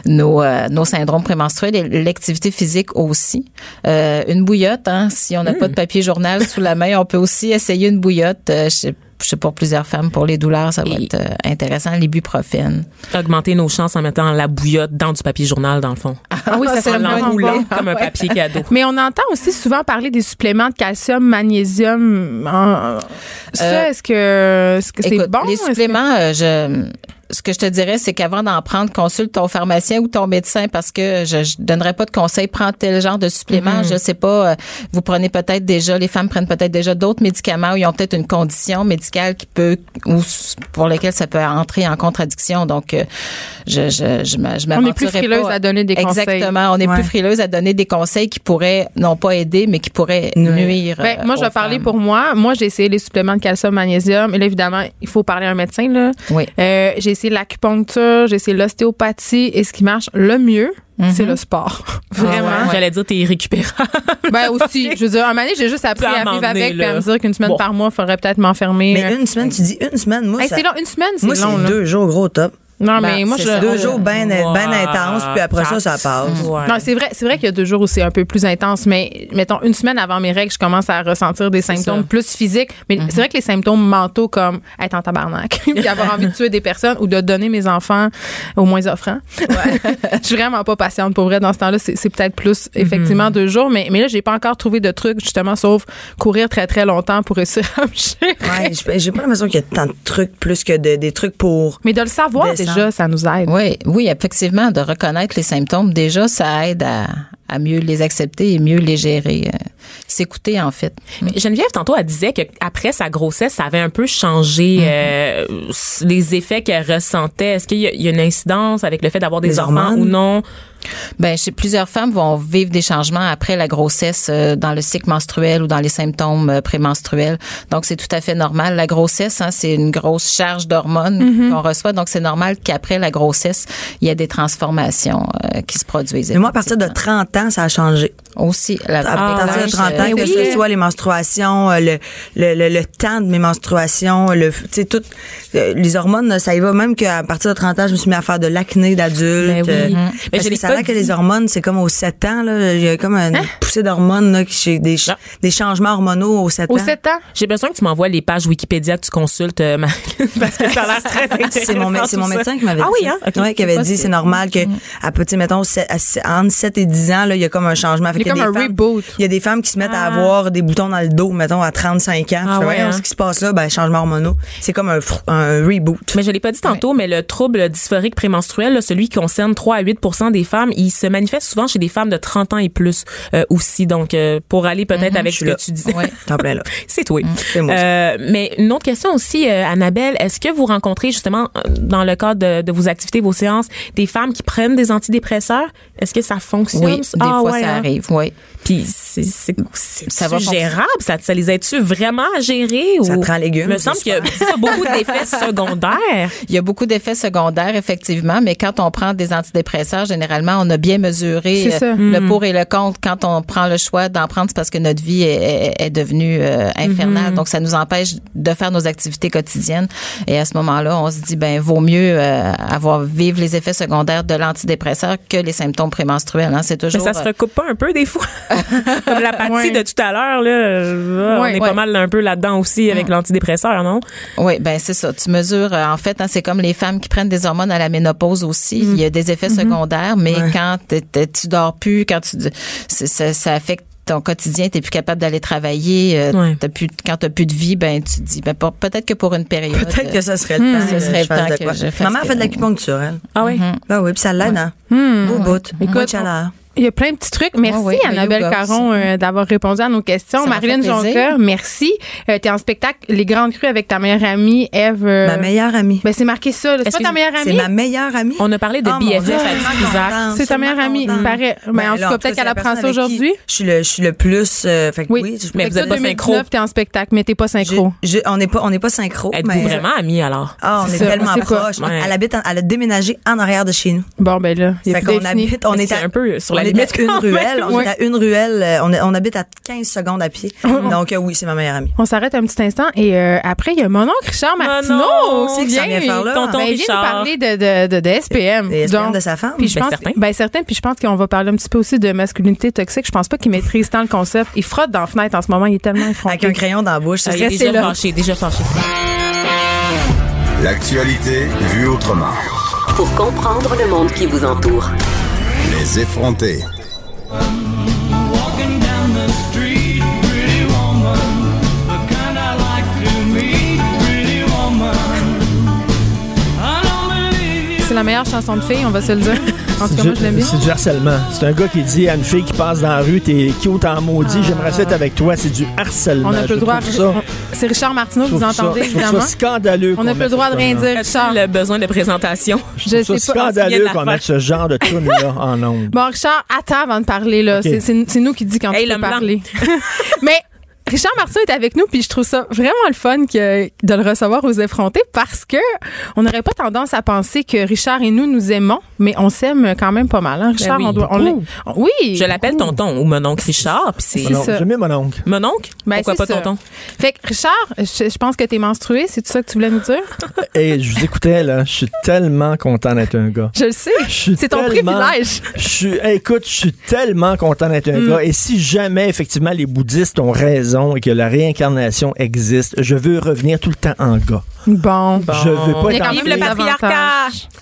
G: nos, euh, nos syndromes prémenstruels et l'activité physique aussi. Euh, une bouillotte, hein, si on n'a
B: Hmm.
G: pas de papier journal sous la main, on peut aussi essayer une bouillotte. Euh, je sais- je sais pour plusieurs femmes, pour les douleurs, ça va
B: Et-
G: être euh, intéressant, l'ibuprofène.
B: Augmenter nos chances en mettant la bouillotte dans du papier journal, dans le fond.
A: Ah oui, ça,
B: En
A: c'est vraiment
B: l'enroulant
A: bon.
B: comme un papier cadeau.
A: Mais on entend aussi souvent parler des suppléments de calcium, magnésium. en-
G: Euh,
A: Ça, est-ce que est-ce que c'est
G: Écoute,
A: bon?
G: Les
A: Est-ce que-
G: suppléments, euh, je ce que je te dirais, c'est qu'avant d'en prendre, consulte ton pharmacien ou ton médecin parce que je ne donnerais pas de conseils. Prends tel genre de supplément.
A: Mm-hmm.
G: Je sais pas, euh, vous prenez peut-être déjà, les femmes prennent peut-être déjà d'autres médicaments ou ils ont peut-être une condition médicale qui peut, ou s- pour laquelle ça peut entrer en contradiction. Donc, euh, je, je, je, m'a- je
A: On est
G: m'aventurerais
A: plus frileuse
G: pas-
A: à donner des conseils.
G: Exactement. On est
F: Ouais.
G: plus frileuse à donner des conseils qui pourraient, non pas aider, mais qui pourraient nuire.
A: Ben,
G: euh,
A: moi, je
G: aux
A: vais parler
G: femmes.
A: pour moi. Moi, j'ai essayé les suppléments de calcium, magnésium. Et là, évidemment, il faut parler à un médecin. Là.
G: Oui.
A: Euh, j'ai essayé l'acupuncture, j'ai essayé l'ostéopathie. Et ce qui marche le mieux, c'est le sport. Vraiment.
G: ouais, ouais.
B: J'allais dire, t'es irrécupérable.
A: Ben aussi, je veux dire, un moment donné, j'ai juste appris
B: Ça, à un
A: à
B: moment
A: vivre
B: donné,
A: avec et
B: là.
A: à me dire qu'une semaine
B: Bon.
A: par mois, il faudrait peut-être m'enfermer.
F: Mais
A: Euh,
F: une semaine, tu dis une semaine. Moi,
A: hey,
F: ça-
A: c'est long, une semaine, c'est
F: moi,
A: long.
F: c'est
A: là.
F: deux jours, gros top.
A: Non,
G: Ben,
A: mais moi,
G: c'est
A: je.
G: ça.
F: Deux
G: Euh,
F: jours bien ben intense, puis après ça, ça passe.
B: Ouais.
A: Non, c'est vrai, c'est vrai qu'il y a deux jours où c'est un peu plus intense, mais mettons une semaine avant mes règles, je commence à ressentir des symptômes
B: ça. Mm-hmm.
A: plus physiques. Mais c'est vrai que les symptômes mentaux comme être en tabarnak, puis avoir envie de tuer des personnes ou de donner mes enfants aux moins offrants. je suis vraiment pas patiente pour vrai dans ce temps-là. C'est c'est peut-être plus
B: Mm-hmm.
A: effectivement deux jours, mais, mais là j'ai pas encore trouvé de truc justement sauf courir très très longtemps pour réussir à me gérer.
F: Ouais, j'ai- j'ai pas l'impression qu'il y a tant de trucs plus que de- des trucs pour.
A: Mais de le savoir
F: Descendre.
A: déjà, ça nous aide.
G: Oui, oui, effectivement, de reconnaître les symptômes, déjà, ça aide à, à mieux les accepter et mieux les gérer. euh, S'écouter, en fait.
B: Mais Geneviève, tantôt, elle disait qu'après sa grossesse, ça avait un peu
F: Mm.
B: changé euh, s- les effets qu'elle ressentait. Est-ce qu'il y, a- il y a une incidence avec le fait d'avoir des
F: Les
B: enfants
F: hormones?
B: ou non?
G: Ben, chez plusieurs femmes vont vivre des changements après la grossesse euh, dans le cycle menstruel ou dans les symptômes euh, prémenstruels. Donc, c'est tout à fait normal. La grossesse, hein, c'est une grosse charge d'hormones
B: Mm-hmm.
G: qu'on reçoit. Donc, c'est normal qu'après la grossesse, il y a des transformations euh, qui se produisent.
F: Mais moi, à partir de 30 ans, ça a changé.
G: Aussi, la
B: Ah,
F: À
B: ben,
F: partir de 30 ans,
G: euh,
F: que
A: oui.
F: ce soit les menstruations, euh, le, le, le, le temps de mes menstruations, le, tu sais, tout, euh, les hormones, là, ça y va. Même qu'à partir de 30 ans, je me suis mis à faire de l'acné
B: Ben
F: d'adulte.
B: oui.
F: euh,
B: Mhm. Mais
F: parce
B: je l'ai
F: que ça
B: pas
F: a l'air que
B: dit. Hein?
F: les hormones, c'est comme aux 7 ans, là. Il y a comme une poussée d'hormones, là, qui, j'ai des, ch-
B: Ah.
F: des changements hormonaux aux 7
A: Aux
F: ans.
A: sept ans,
B: J'ai besoin que tu m'envoies les pages Wikipédia que tu consultes, euh, ma- parce que ça a l'air très intéressant.
F: C'est mon, mé- c'est mon
B: tout ça.
F: médecin qui m'avait
B: Ah
F: dit.
B: oui, hein?
F: ça.
B: OK.
F: Ouais, qui avait dit,
G: possible.
F: c'est normal que, ah, à petit, mettons, sept- à se- entre 7 et 10 ans, là, il y a comme un changement. Fait
A: Il y a
F: qu'il
A: comme
F: des
A: un
F: femmes-
A: reboot.
F: Il y a des femmes qui se mettent à
B: Ah.
F: avoir des boutons dans le dos, mettons, à 35 ans.
B: Ah
F: Je fais,
B: ouais,
F: voyons,
B: hein?
F: ce qui se passe là, ben, changement hormonaux. C'est comme un, fr- un reboot.
B: Mais je l'ai pas dit tantôt, mais le trouble dysphorique prémenstruel, là, celui qui concerne 3 à 8 des femmes, il se manifeste souvent chez des femmes de 30 ans et plus euh, aussi. Donc, euh, pour aller peut-être avec
F: Mm-hmm.
B: ce
F: je suis
B: que
F: là. Mm.
B: tu disais.
G: euh, Ouais.
F: T'en plein là.
B: C'est toi.
F: C'est moi, ça.
B: Euh, mais une autre question aussi, euh, Annabelle, est-ce que vous rencontrez justement euh, dans le cadre de, de vos activités, vos séances, des femmes qui prennent des antidépresseurs? Est-ce que ça fonctionne?
G: Oui, des
B: Ah,
G: fois,
B: ouais,
G: ça
B: hein?
G: arrive, oui.
B: Puis c'est c'est- c'est-
G: Ça va
B: c'est gérable, ça, ça les aide-tu vraiment à gérer?
F: Ça
B: ou-
F: te rend légume,
B: me
F: c'est
B: semble qu'il y a
F: super.
B: c'est ça, beaucoup d'effets secondaires.
G: Il y a beaucoup d'effets secondaires, effectivement, mais quand on prend des antidépresseurs, généralement, on a bien mesuré
A: C'est
G: euh,
A: ça.
G: le
B: Mm.
G: pour et le contre. Quand on prend le choix d'en prendre, c'est parce que notre vie est, est- est devenue euh,
B: Mm-hmm.
G: infernale. Donc, ça nous empêche de faire nos activités quotidiennes. Et à ce moment-là, on se dit, ben, vaut mieux euh, avoir vivre les effets secondaires de l'antidépresseur que les symptômes prémenstruels. hein. C'est
B: Mais
G: toujours.
B: ça se
G: euh,
B: recoupe pas un peu des fois. Comme la partie
A: Ouais.
B: de tout à l'heure, là, euh,
A: Ouais.
B: on est
A: Ouais.
B: pas mal un peu là-dedans aussi avec l'antidépresseur, non?
G: Oui, ben c'est ça. Tu mesures, euh, en fait, hein, c'est comme les femmes qui prennent des hormones à la ménopause aussi. Il y a des effets secondaires, mais quand t'es- t'es- tu dors plus, quand tu c'est- ça, ça affecte ton quotidien, t'es plus capable d'aller travailler, euh,
B: Ouais.
G: t'as plus, quand t'as plus de vie, ben tu te dis, ben pour- peut-être que pour une période.
F: Peut-être
G: euh,
F: que ça Hmm, serait le temps.
G: Ce
F: que
G: serait
F: je
G: le
F: fasse
G: temps
F: de
G: que
F: quoi. Hmm.
G: je fasse
F: Maman a fait de
G: que-
F: l'acupuncture, elle.
B: Ah oui.
F: Ben oui, puis ça l'aide, hein. Beau bout. Écoute, chaleur.
A: Il y a plein de petits trucs. Merci,
G: Ouais, ouais, le
F: Ben,
A: Annabelle
G: yoga
A: Caron,
G: aussi.
A: euh, d'avoir répondu à nos questions.
G: Ça m'a fait
A: Marilyn
G: plaisir.
A: Jonca, merci. Euh, T'es en spectacle Les Grandes Crues avec ta meilleure amie, Eve. euh,
F: Ma meilleure amie.
A: Ben, c'est marqué ça. là. C'est pas
B: Excuse-
A: ta meilleure
F: C'est
A: amie?
F: ma meilleure amie.
B: On a parlé de
F: Ah, mon
B: BFF
F: Dieu,
B: à
F: tellement
B: Trisac.
F: contente,
A: C'est ta
F: tellement
A: meilleure amie, il
F: contente.
A: paraît. Mais en tout
F: là,
A: cas,
F: tout
A: peut-être
F: c'est
A: qu'elle
F: la
A: apprend ça
F: personne avec qui
A: aujourd'hui.
F: Je suis le, je suis le plus. euh, fait que
A: Oui.
F: oui, je-
A: mais
B: Mais
A: vous
B: vous êtes pas synchro.
A: t'es en spectacle, mais t'es pas
F: j'ai-
A: synchro.
F: j'ai- on n'est pas, on n'est pas synchro.
B: Êtes-vous
F: mais-
B: vraiment amis alors?
F: Ah, on
A: C'est
F: est,
A: ça,
F: tellement
A: c'est quoi?
F: proches.
B: Ouais.
F: Elle habite, en- elle a déménagé en arrière de chez nous.
A: Bon, ben là, il y a
F: Fait
A: plus
F: qu'on
A: d'infini.
F: habite, on
B: Est-ce
F: est
B: que c'est
F: à
B: un peu sur la
F: on est
B: limite
F: à une
B: quand même?
F: ruelle, on
A: Ouais.
F: est à une ruelle, euh, on, est- on habite à 15 secondes à pied. Donc euh, oui, c'est ma meilleure amie.
A: On s'arrête un petit instant et euh, après, il y a mon oncle Richard Martineau
B: oncle,
A: qui
F: c'est
A: vient,
F: que ça vient faire là.
A: Ben,
B: Tonton
A: il vient nous
B: Richard.
A: parler de, de, de, de SPM.
F: Des SPM
A: Donc,
F: de sa femme?
A: Puis je
B: Ben,
A: pense,
B: certains.
A: ben certaines, puis je pense qu'on va parler un petit peu aussi de masculinité toxique. Je pense pas qu'il maîtrise tant le concept. Il frotte dans la fenêtre en ce moment, il est tellement
F: Avec un
A: effronté.
F: crayon dans la bouche,
B: Ah,
F: c'est
B: il est
F: stressé.
B: déjà
A: là. Euh,
B: fâché, déjà fâché.
E: L'actualité vue autrement.
D: Pour comprendre le monde qui vous entoure.
E: Les effrontés.
C: Walking down the street, pretty woman, the kind I like to meet, pretty woman. I don't believe you.
A: C'est la meilleure chanson de fille, on va se le dire. En tout cas, moi, je l'aime
H: du-
A: bien.
H: C'est du harcèlement. C'est un gars qui dit à une fille qui passe dans la rue, t'es cute en maudit, j'aimerais ça être avec toi. C'est du harcèlement.
A: On a
H: Je
A: plus le droit. à-
H: trouve ça-
A: C'est Richard Martineau,
H: je
A: vous
H: trouve ça-
A: entendez,
H: je trouve ça
A: évidemment.
H: scandaleux.
A: On
H: qu'on
A: n'a plus le
H: mette
A: droit
H: ce
A: de rien
H: genre-là.
A: dire,
B: As-tu
A: Richard.
B: le besoin de présentation?
A: Je sais pas.
H: C'est
B: vient de
H: scandaleux
B: la
H: qu'on
B: faire.
H: mette ce genre de tune là en ondes.
A: Bon, Richard, attends avant de parler, là.
H: Ok.
A: C'est- C'est c'est nous qui dit quand
B: Hey,
A: tu peux
B: l'homme blanc.
A: parler. Mais Richard Martin est avec nous, puis je trouve ça vraiment le fun que, de le recevoir aux effrontés parce que on n'aurait pas tendance à penser que Richard et nous nous aimons, mais on s'aime quand même pas mal. Hein, Richard,
B: Ben oui,
A: on doit. On
H: beaucoup.
A: l'est- oui.
B: Je l'appelle tonton ou mon oncle Richard, puis c'est.
A: C'est
H: Mon oncle.
A: ça.
H: J'aime mieux mon oncle.
B: Mon oncle?
A: Ben,
B: Pourquoi
A: c'est
B: pas
A: ça.
B: tonton?
A: Fait que Richard, je, je pense que t'es menstrué, c'est tout ça que tu voulais nous dire?
H: Et je vous écoutais, là. Je suis tellement content d'être un gars.
A: Je le sais.
H: Je suis
A: C'est ton
H: tellement-
A: privilège. Mm.
H: Je suis, hey, écoute, je suis tellement content d'être un gars. Et si jamais, effectivement, les bouddhistes ont raison et que la réincarnation existe, je veux revenir tout le temps en gars.
A: Bon.
H: Je veux pas
A: Il y
H: être
A: a
H: en
A: quand même
B: Vive
H: fille.
B: le patriarcat!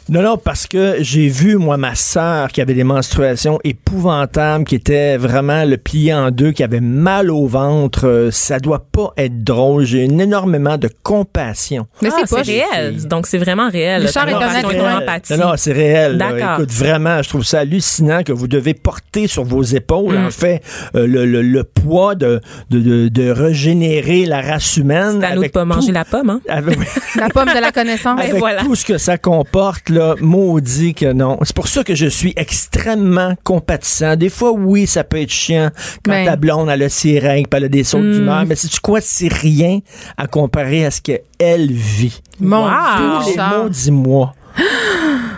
H: Non, non, parce que j'ai vu, moi, ma sœur qui avait des menstruations épouvantables, qui était vraiment le plié en deux, qui avait mal au ventre. Euh, ça doit pas être drôle. J'ai une- énormément de compassion.
A: Mais
B: Ah,
A: c'est pas
B: réel. Donc, c'est vraiment réel.
A: Richard est
B: Ton
H: Non,
A: honnête
H: c'est
B: relation
A: avec
B: et ton
A: moi.
H: réel.
B: empathie.
H: Non, non, c'est réel. là.
B: D'accord.
H: Écoute, vraiment, je trouve ça hallucinant que vous devez porter sur vos épaules,
B: Mm.
H: en fait, euh, le, le- le poids de, de, de- de régénérer la race humaine.
B: C'est à nous de
H: avec
B: pas manger
H: tout-
B: la pomme, hein?
H: avec-
A: La pomme de la connaissance.
H: avec
B: voilà.
H: tout ce que ça comporte, là, maudit que non. C'est pour ça que je suis extrêmement compatissant. Des fois, oui, ça peut être chiant quand
A: Ben.
H: ta blonde, elle a ses règles, puis elle a des
A: Hmm.
H: sauts d'humeur, mais si tu quoi, c'est rien à comparer à ce qu'elle vit.
A: Mon
B: Wow.
A: Dieu,
H: Les
A: Ah, Richard.
H: maudits mois.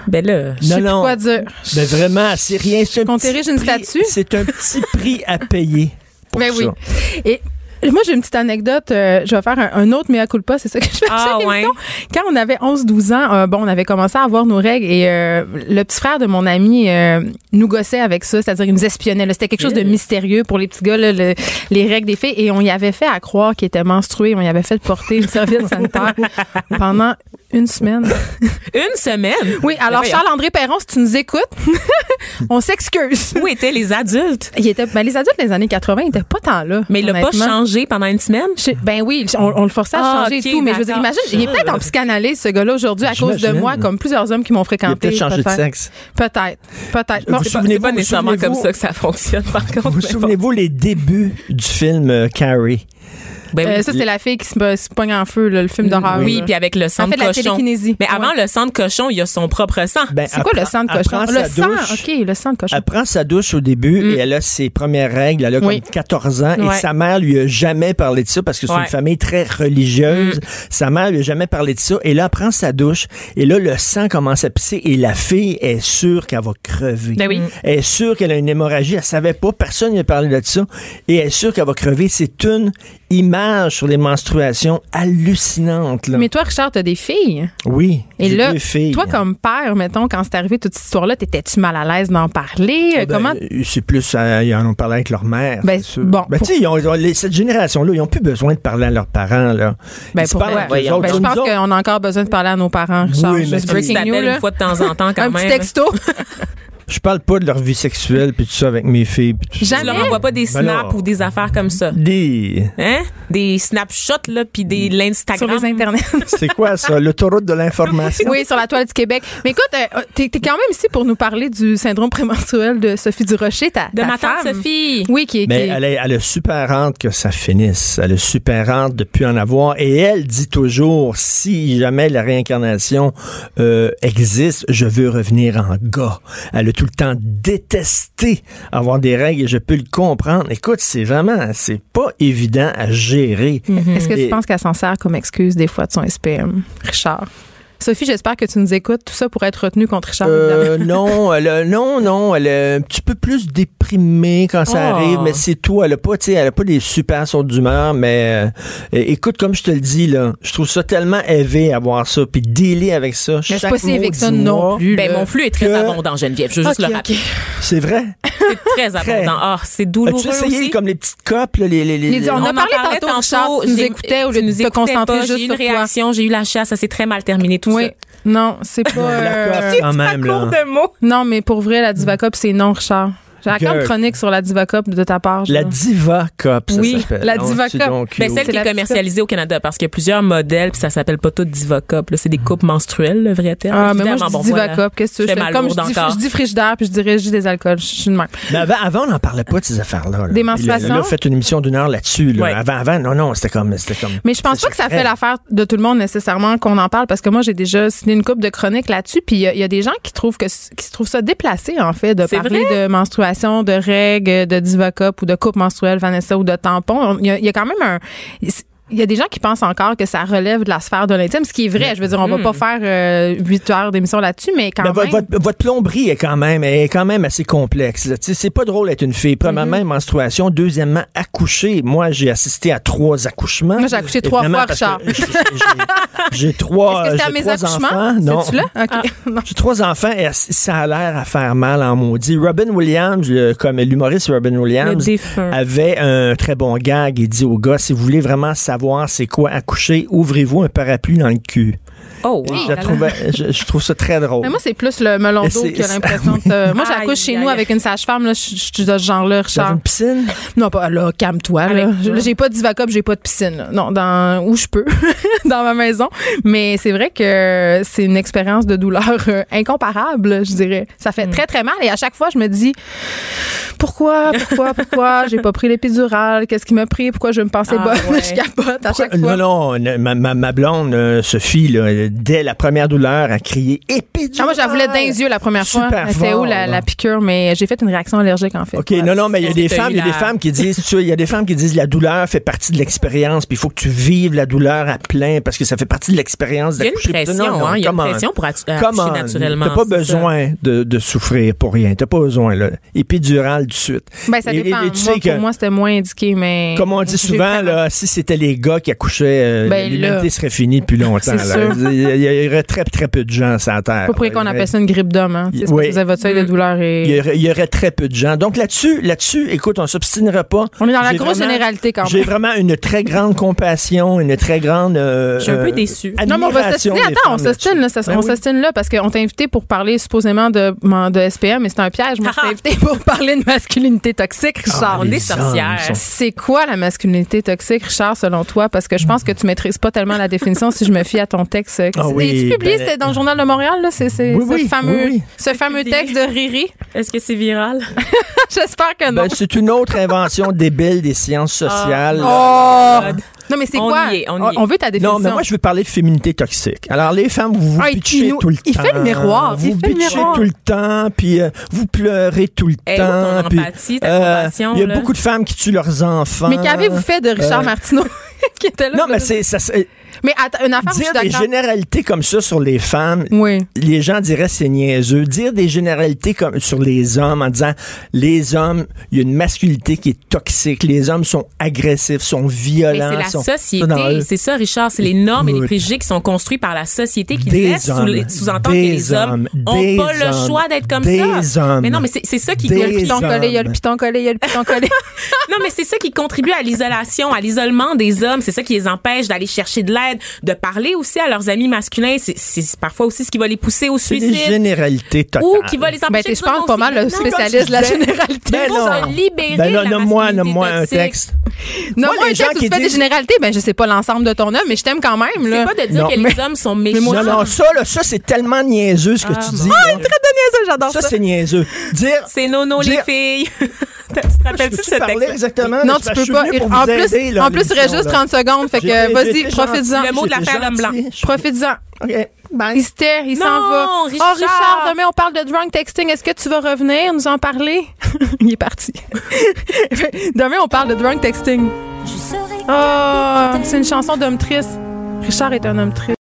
B: Ben là,
A: Je sais
H: Non,
A: plus
H: non.
A: quoi dire.
H: Mais vraiment, c'est rien. C'est un
A: Qu'on
H: petit
A: t'érige une
H: prix-
A: statue?
H: C'est un petit prix à payer pour
A: Ben
H: ça.
A: oui. Et moi, j'ai une petite anecdote. euh, je vais faire un, un autre mea culpa. C'est ça que je fais à
B: Ah,
A: chaque
B: ouais.
A: émission. Quand on avait 11-12 ans, euh, bon, on avait commencé à avoir nos règles et euh, le petit frère de mon ami euh, nous gossait avec ça. C'est-à-dire, il nous espionnait. là. C'était quelque chose de mystérieux pour les petits gars, là, le- les règles des filles. Et on y avait fait à croire qu'il était menstrué. On y avait fait porter une serviette sanitaire pendant une semaine.
B: une semaine?
A: Oui, alors
B: voyons.
A: Charles-André Perron, si tu nous écoutes, on s'excuse.
B: Où étaient les adultes?
A: Il était, ben, les adultes des années 80 n'étaient pas tant là.
B: Mais il l'a pas
A: honnêtement.
B: changé pendant une semaine?
A: Je- ben oui, on, on le forçait à
B: Ah,
A: changer
B: ok,
A: et tout, mais je veux dire,
B: d'accord.
A: imagine, il est peut-être en psychanalyse, ce gars-là, aujourd'hui, à cause de
H: J'imagine.
A: moi, comme plusieurs hommes qui m'ont
H: Il a
A: fréquenté.
H: peut-être changé de sexe.
A: Peut-être, peut-être. Bon,
H: Vous
A: c'est pas-
H: souvenez-
B: C'est pas
H: vous
B: nécessairement comme
H: souvenez-vous-
B: ça que ça fonctionne, par contre.
H: Vous
B: mais
H: vous
B: bon.
H: souvenez-vous les débuts du film euh, Carrie?
B: Ben oui. Mm.
A: euh, ça, c'est la fille qui se, se pogne en feu, là, le film d'horreur.
B: Oui,
A: là.
B: puis avec le sang
A: fait,
B: de
A: la
B: cochon.
A: télékinésie.
B: Mais avant le sang de cochon, il y a son propre sang.
H: Ben,
A: C'est quoi
H: elle
A: le sang de
H: prend- elle
A: cochon?
H: prend
A: Le
H: sa
A: sang,
H: douche.
A: OK, le sang de cochon.
H: Elle prend sa douche au début et elle a ses premières règles. Elle a comme
A: Mm. Oui.
H: 14 ans
A: Ouais.
H: et sa mère lui a jamais parlé de ça parce que c'est
B: Ouais.
H: une famille très religieuse.
A: Mm.
H: Sa mère lui a jamais parlé de ça. Et là, elle prend sa douche et là, le sang commence à pisser et la fille est sûre qu'elle va crever.
B: Ben oui.
H: Elle est sûre qu'elle a une hémorragie. Elle savait pas. Personne lui a parlé de ça. Et elle est sûre qu'elle va crever. C'est une image sur les menstruations hallucinante. Là.
A: Mais toi, Richard, t'as des filles.
H: oui.
A: Et
H: j'ai
A: là,
H: deux filles.
A: toi, comme père, mettons, quand c'est arrivé toute cette histoire-là, t'étais-tu mal à l'aise d'en parler?
H: Eh ben,
A: Comment?
H: euh, C'est plus, euh, ils en ont parlé avec leur mère.
A: Ben,
H: c'est sûr.
A: bon,
H: Ben,
A: pour-
H: tu sais, ils ont- ils ont- les- cette génération-là, ils n'ont plus besoin de parler à leurs parents, là.
A: Ben,
H: Ils se
A: pour
H: parlent
A: vrai.
H: avec eux
A: Ben,
H: autres.
A: je
H: Nous
A: pense
H: autres,
A: qu'on a encore besoin de parler à nos parents, Richard.
H: Oui, mais
A: Juste
H: c'est-
A: breaking
B: Tu
A: news,
B: t'appelles
A: là.
B: une fois de temps en temps quand
A: Un
B: même. hein.
A: petit texto.
H: Je parle pas de leur vie sexuelle puis tout ça avec mes filles puis tout ça.
B: Je leur envoie pas des
H: Ben
B: snaps
H: là.
B: ou des affaires comme ça.
H: Des-
B: Hein? Des snapshots, là, puis des
A: sur
B: l'Instagram.
A: les internets.
H: C'est quoi ça? L'autoroute de l'information?
A: oui, sur la toile du Québec. Mais écoute, euh, t'es t'es quand même ici pour nous parler du syndrome prémenstruel de Sophie Durocher, ta,
B: De
A: ta
B: ma tante
A: femme.
B: Sophie.
A: Oui, qui est.
H: Mais
A: qui est-
H: elle, est- elle a super hâte que ça finisse. Elle a super hâte de plus en avoir. Et elle dit toujours, si jamais la réincarnation euh, existe, je veux revenir en gars. Elle a tout le temps détesté avoir des règles et je peux le comprendre. Écoute, c'est vraiment, c'est pas évident à gérer.
A: Mhm. Est-ce que tu
H: Et-
A: penses qu'elle s'en sert comme excuse des fois de son SPM, Richard? Sophie, j'espère que tu nous écoutes. Tout ça pour être retenu contre Richard. évidemment.
H: Euh, non, elle a- non, non, elle est un petit peu plus déprimée quand ça
A: Ah.
B: Oh.
H: arrive, mais c'est tout. Elle a pas, tu sais, elle a pas des super sauts d'humeur, mais euh, é- écoute, comme je te le dis là, je trouve ça tellement élevé à voir ça, puis dealer avec ça.
A: Mais je suis
H: chaque
A: pas si avec
H: maudit
A: ça
H: mois.
A: non plus.
B: Ben,
A: là.
B: mon flux est très
H: que-
B: abondant, Geneviève. Je veux juste
A: Ok,
B: le rappeler.
A: ok.
H: C'est vrai.
B: C'est très abondant. Ah, c'est douloureux
H: As-tu essayé
B: aussi.
H: comme les petites copes, là, les, les, les-
A: Les dix- on
B: On
A: a
B: en
A: parlé
B: parlait
A: tantôt, Richard, tu nous
B: J'ai-
A: écoutais au lieu
B: tu
A: de
B: nous
A: te
B: écoutais
A: concentrer
B: pas,
A: juste
B: J'ai eu une
A: sur toi.
B: réaction, j'ai eu la chasse, ça s'est très mal terminé tout
A: Oui.
B: ça.
A: Non, c'est pas. euh,
H: la coque, quand même, là.
B: de mots.
A: Non, mais pour vrai, la Divacop, c'est non, Richard. J'ai encore une
H: Gueule.
A: chronique sur la Divacop de ta part. je
H: La
A: crois.
H: diva cop, ça
A: Oui,
H: s'appelle.
A: la
H: Oh,
A: diva
H: c'est
A: cop.
H: donc
B: Ben,
H: cute.
A: C'est
B: celle qui
A: la
B: est
A: petite
B: commercialisée au Canada parce qu'il y a plusieurs modèles puis ça s'appelle pas tout Divacop. là. C'est des coupes menstruelles, le vrai terme.
A: Ah, mais moi, je
B: Évidemment,
A: dis
B: bon,
A: Divacop.
B: voilà.
A: Qu'est-ce que tu
B: Je
A: veux?
B: fais ma
A: Comme je
B: lourde
A: dis,
B: encore.
A: je dis frigidaire, puis je dis régie des alcools. Je suis une même.
H: Mais avant, avant, on n'en parlait pas de ces affaires-là. là.
A: Des menstruations?
H: Là, on a fait une émission d'une heure là-dessus. là.
B: Ouais.
H: Avant, avant, non, non, c'était comme, c'était comme.
A: Mais je pense
H: C'est
A: pas que ça
H: secret.
A: fait l'affaire de tout le monde nécessairement qu'on en parle parce que moi j'ai déjà signé une coupe de chroniques là-dessus puis il y, a- il y a des gens qui trouvent que c- qui se trouvent ça déplacé en fait de
B: C'est
A: parler de menstruation, de règles, de divocop ou de coupe menstruelle Vanessa ou de tampon. On- Il y, a- il y a quand même un il y a des gens qui pensent encore que ça relève de la sphère de l'intime, ce qui est vrai. Je veux dire, on va pas faire euh, huit heures d'émission là-dessus, mais quand
H: Ben, vo-
A: même.
H: votre, votre plomberie est quand même est quand même assez complexe. là. Tu sais, C'est pas drôle d'être une fille.
A: Mm-hmm.
H: Premièrement, menstruation. Deuxièmement, accoucher. Moi, j'ai assisté à trois accouchements.
A: Moi, j'ai accouché trois
H: Évidemment,
A: fois,
H: parce que
A: Richard.
H: j'ai- j'ai- J'ai trois. euh,
A: Est-ce que c'était à
H: j'ai
A: mes
H: trois
A: accouchements?
H: enfants. Non.
A: C'est-tu là?
G: euh,
A: OK. Non.
H: J'ai trois enfants et ça a l'air à faire mal en maudit. Robin Williams, le- comme l'humoriste Robin
B: Le
H: Williams,
B: défunt.
H: avait un très bon gag. Il dit aux gars, si vous voulez vraiment savoir c'est quoi accoucher, ouvrez-vous un parapluie dans le cul.
B: Oh, wow.
H: Je, la trouvais- je- je trouve ça très drôle.
A: Mais moi, c'est plus le melon
H: Et
A: d'eau
H: c'est-
A: qui a
H: c'est-
A: l'impression de... te- Moi, j'accouche
B: Aïe,
A: chez nous
B: aïe.
A: avec une sage-femme, là, je je- je suis de ce genre-là,
H: Dans
A: Richard.
H: une piscine?
A: Non, pas là, calme-toi. Là,
B: Avec
A: Je- là, j'ai pas de divacop, j'ai pas de piscine. là. Non, dans où je peux, dans ma maison. Mais c'est vrai que c'est une expérience de douleur euh, incomparable, je dirais. Ça
B: Mm.
A: fait très très mal et à chaque fois je me dis pourquoi, pourquoi, pourquoi j'ai pas pris l'épidurale, qu'est-ce qui m'a pris, pourquoi je me pensais
B: Ah,
A: bonne,
B: ouais.
A: je capote à chaque
H: Non,
A: fois.
H: non, ne- ma, ma, ma blonde, euh, Sophie, là, euh, dès la première douleur, a crié
A: Ah,
H: épidurale.
A: moi, j'en voulais d'un yeux la première fois.
H: Super
A: C'était où
H: fort,
A: la,
H: là.
A: la piqûre, mais j'ai fait une réaction allergique en fait.
H: OK,
A: Ouais.
H: non, non, mais il y a
B: c'est-
H: des
B: t'as eu
H: femmes, il y a
B: la-
H: des femmes qui disent, tu vois, il y a des femmes qui disent la douleur fait partie de l'expérience, puis il faut que tu vives la douleur à plein parce que ça fait partie de l'expérience
B: Il y a une
H: d'accoucher.
B: pression,
H: Non, non,
B: hein, il y a une
H: come on.
B: pression pour accu-
H: Come
B: accoucher
H: on.
B: naturellement,
H: T'as pas
B: c'est ça.
H: besoin de, de souffrir pour rien. T'as pas besoin, là. Épidurale du suite.
A: Ben, ça
H: Et- et-
A: dépend.
H: et tu
A: Moi,
H: sais que-
A: Pour moi, c'était moins indiqué, mais.
H: Comme on dit
A: J'ai
H: souvent,
A: vraiment-
H: là, si c'était les gars qui accouchaient, euh,
A: Ben, là.
H: l'humanité serait finie depuis longtemps.
A: C'est
H: là.
A: sûr.
H: Il y- il y aurait très, très peu de gens sur la Terre.
A: Pas pour rien qu'on
H: Il y aurait-
A: appelle ça une grippe d'homme, hein. C'est parce
H: Euh, Oui. Mm.
A: que vous avez votre seuil de douleur
H: Il y,
A: et.
H: aurait, il y aurait très peu de gens. Donc là-dessus, là-dessus, écoute, on s'obstinera pas.
A: On est dans la
H: J'ai
A: grosse
H: vraiment-
A: généralité quand
H: J'ai
A: même.
H: vraiment une très grande compassion, une très grande. euh,
B: Je suis un peu
H: euh,
B: déçue.
A: Non, mais on va s'ostiner.
H: admiration des
A: Attends, on
H: femmes là-dessus.
A: s'ostine, là. ça-
H: Ben
A: on
H: oui.
A: s'ostine là parce qu'on t'a invité pour parler supposément de, man- de SPM, mais c'est un piège.
B: Ah,
A: Moi, je t'ai invité pour parler de masculinité toxique, Richard.
B: on
H: Ah, les
B: est sorcières.
H: hommes sont-
A: C'est quoi la masculinité toxique, Richard, selon toi? Parce que je pense que tu maîtrises pas tellement la définition si je me fie à ton texte.
H: Ah oui,
A: tu publié
H: ben-
A: c'était dans le Journal de Montréal, là? C'est c'est
H: Oui,
A: ce,
H: oui,
A: fameux,
H: oui, oui.
A: ce fameux texte de Riri?
B: Est-ce que c'est viral?
A: J'espère que non.
H: Ben, c'est une autre invention débile des sciences sociales.
A: Oh! Non, mais c'est
B: On
A: quoi?
B: y est, on y est.
A: veut ta définition.
H: Non, mais moi, je veux parler de féminité toxique. Alors, les femmes, vous vous
A: Ah, il- il
H: pitchez
A: nous-
H: tout le
A: il
H: temps.
A: fait le miroir, il
H: Vous
A: fait le
H: pitchez
A: miroir. Eh,
H: tout le temps, puis euh, vous pleurez tout le
B: Hey,
H: temps.
B: ton
H: puis,
B: empathie, ta
H: euh,
B: compassion,
H: Il y a
B: là.
H: beaucoup de femmes qui tuent leurs enfants.
A: Mais qu'avez-vous fait de Richard
H: Euh,
A: Martineau qui était là?
H: Non, mais c'est, ça, c'est-
A: Mais attends, une affaire, où je suis
H: dire des
A: d'accord.
H: généralités comme ça sur les femmes,
A: Oui.
H: les gens diraient c'est niaiseux. Dire des généralités comme sur les hommes en disant les hommes, il y a une masculinité qui est toxique. Les hommes sont agressifs, sont
B: Mais
H: violents.
B: c'est la
H: sont- sont dans
B: société.
H: eux.
B: C'est ça, Richard. C'est les normes et les
H: Écoute.
B: préjugés qui sont construits par la société qui
H: Des
B: laissent sous-
H: hommes.
B: sous-entendre que
H: Des
B: les hommes
H: hommes.
B: n'ont
H: Des
B: pas le
H: hommes.
B: choix d'être comme
H: Des
B: ça.
H: hommes.
B: Mais non, mais c'est c'est ça qui
A: Il y a le
H: Des
A: piton collé, il y a le
H: hommes.
A: piton collé, il y a le piton collé.
B: Non, mais c'est ça qui contribue à l'isolation, à l'isolement des hommes. C'est ça qui les empêche d'aller chercher de l'aide, d'aide, de parler aussi à leurs amis masculins. C'est- C'est parfois aussi ce qui va les pousser au
H: C'est des
B: suicide.
H: généralités totales.
B: Ou qui va les
A: Ben,
B: empêcher
A: t'es,
B: de
A: je
B: dire
A: pense
B: non,
A: pas
B: c'est
A: mal le
B: non.
A: spécialiste de la
H: Ah, disais.
A: généralité.
H: Ben
B: Pour
H: non.
B: se libérer
H: Ben
B: de
H: là,
B: la
H: nomme-moi,
B: masculinité
H: nomme-moi un
B: toxique.
H: texte.
A: Non,
H: Moi,
A: moi,
H: les
A: un
H: gens
A: texte où
H: qui
A: tu fais des
H: disent-
A: généralités, ben je sais pas l'ensemble de ton œuvre, mais je t'aime quand même.
B: C'est
A: Là.
B: pas de dire
H: Non,
B: que
H: mais-
B: les hommes sont méchants.
H: Non, non, ça, là, ça, c'est tellement niaiseux ce que tu dis. là.
A: Ah, ça, j'adore
H: ça, c'est niaiseux. Dire.
B: C'est nono
H: Dire-
B: les filles. tu te
H: Je
B: rappelles-tu de
H: peux-tu
B: ce
H: parler
B: texte?
H: exactement?
A: Non, tu
H: Parce que je
A: peux
H: suis
A: pas.
H: venu pour
A: En
H: vous
A: plus,
H: aider, là,
A: en plus, il reste
H: l'émission,
A: juste
H: là.
A: 30 secondes. Fait
H: J'ai
A: que
H: été- j'ai
A: vas-y,
H: été
A: profites-en.
H: gentil,
B: Le mot de
H: j'ai été
B: l'affaire d'homme blanc.
H: gentil. Je-
A: Profites-en.
H: OK, bye.
A: Il se terre, il
B: Ben, Non,
A: s'en va.
B: Richard.
A: Oh, Richard, demain, on parle de drunk texting. Est-ce que tu vas revenir nous en parler? il est parti. demain, on parle de drunk texting. Oh, c'est une chanson d'homme triste. Richard est un homme triste.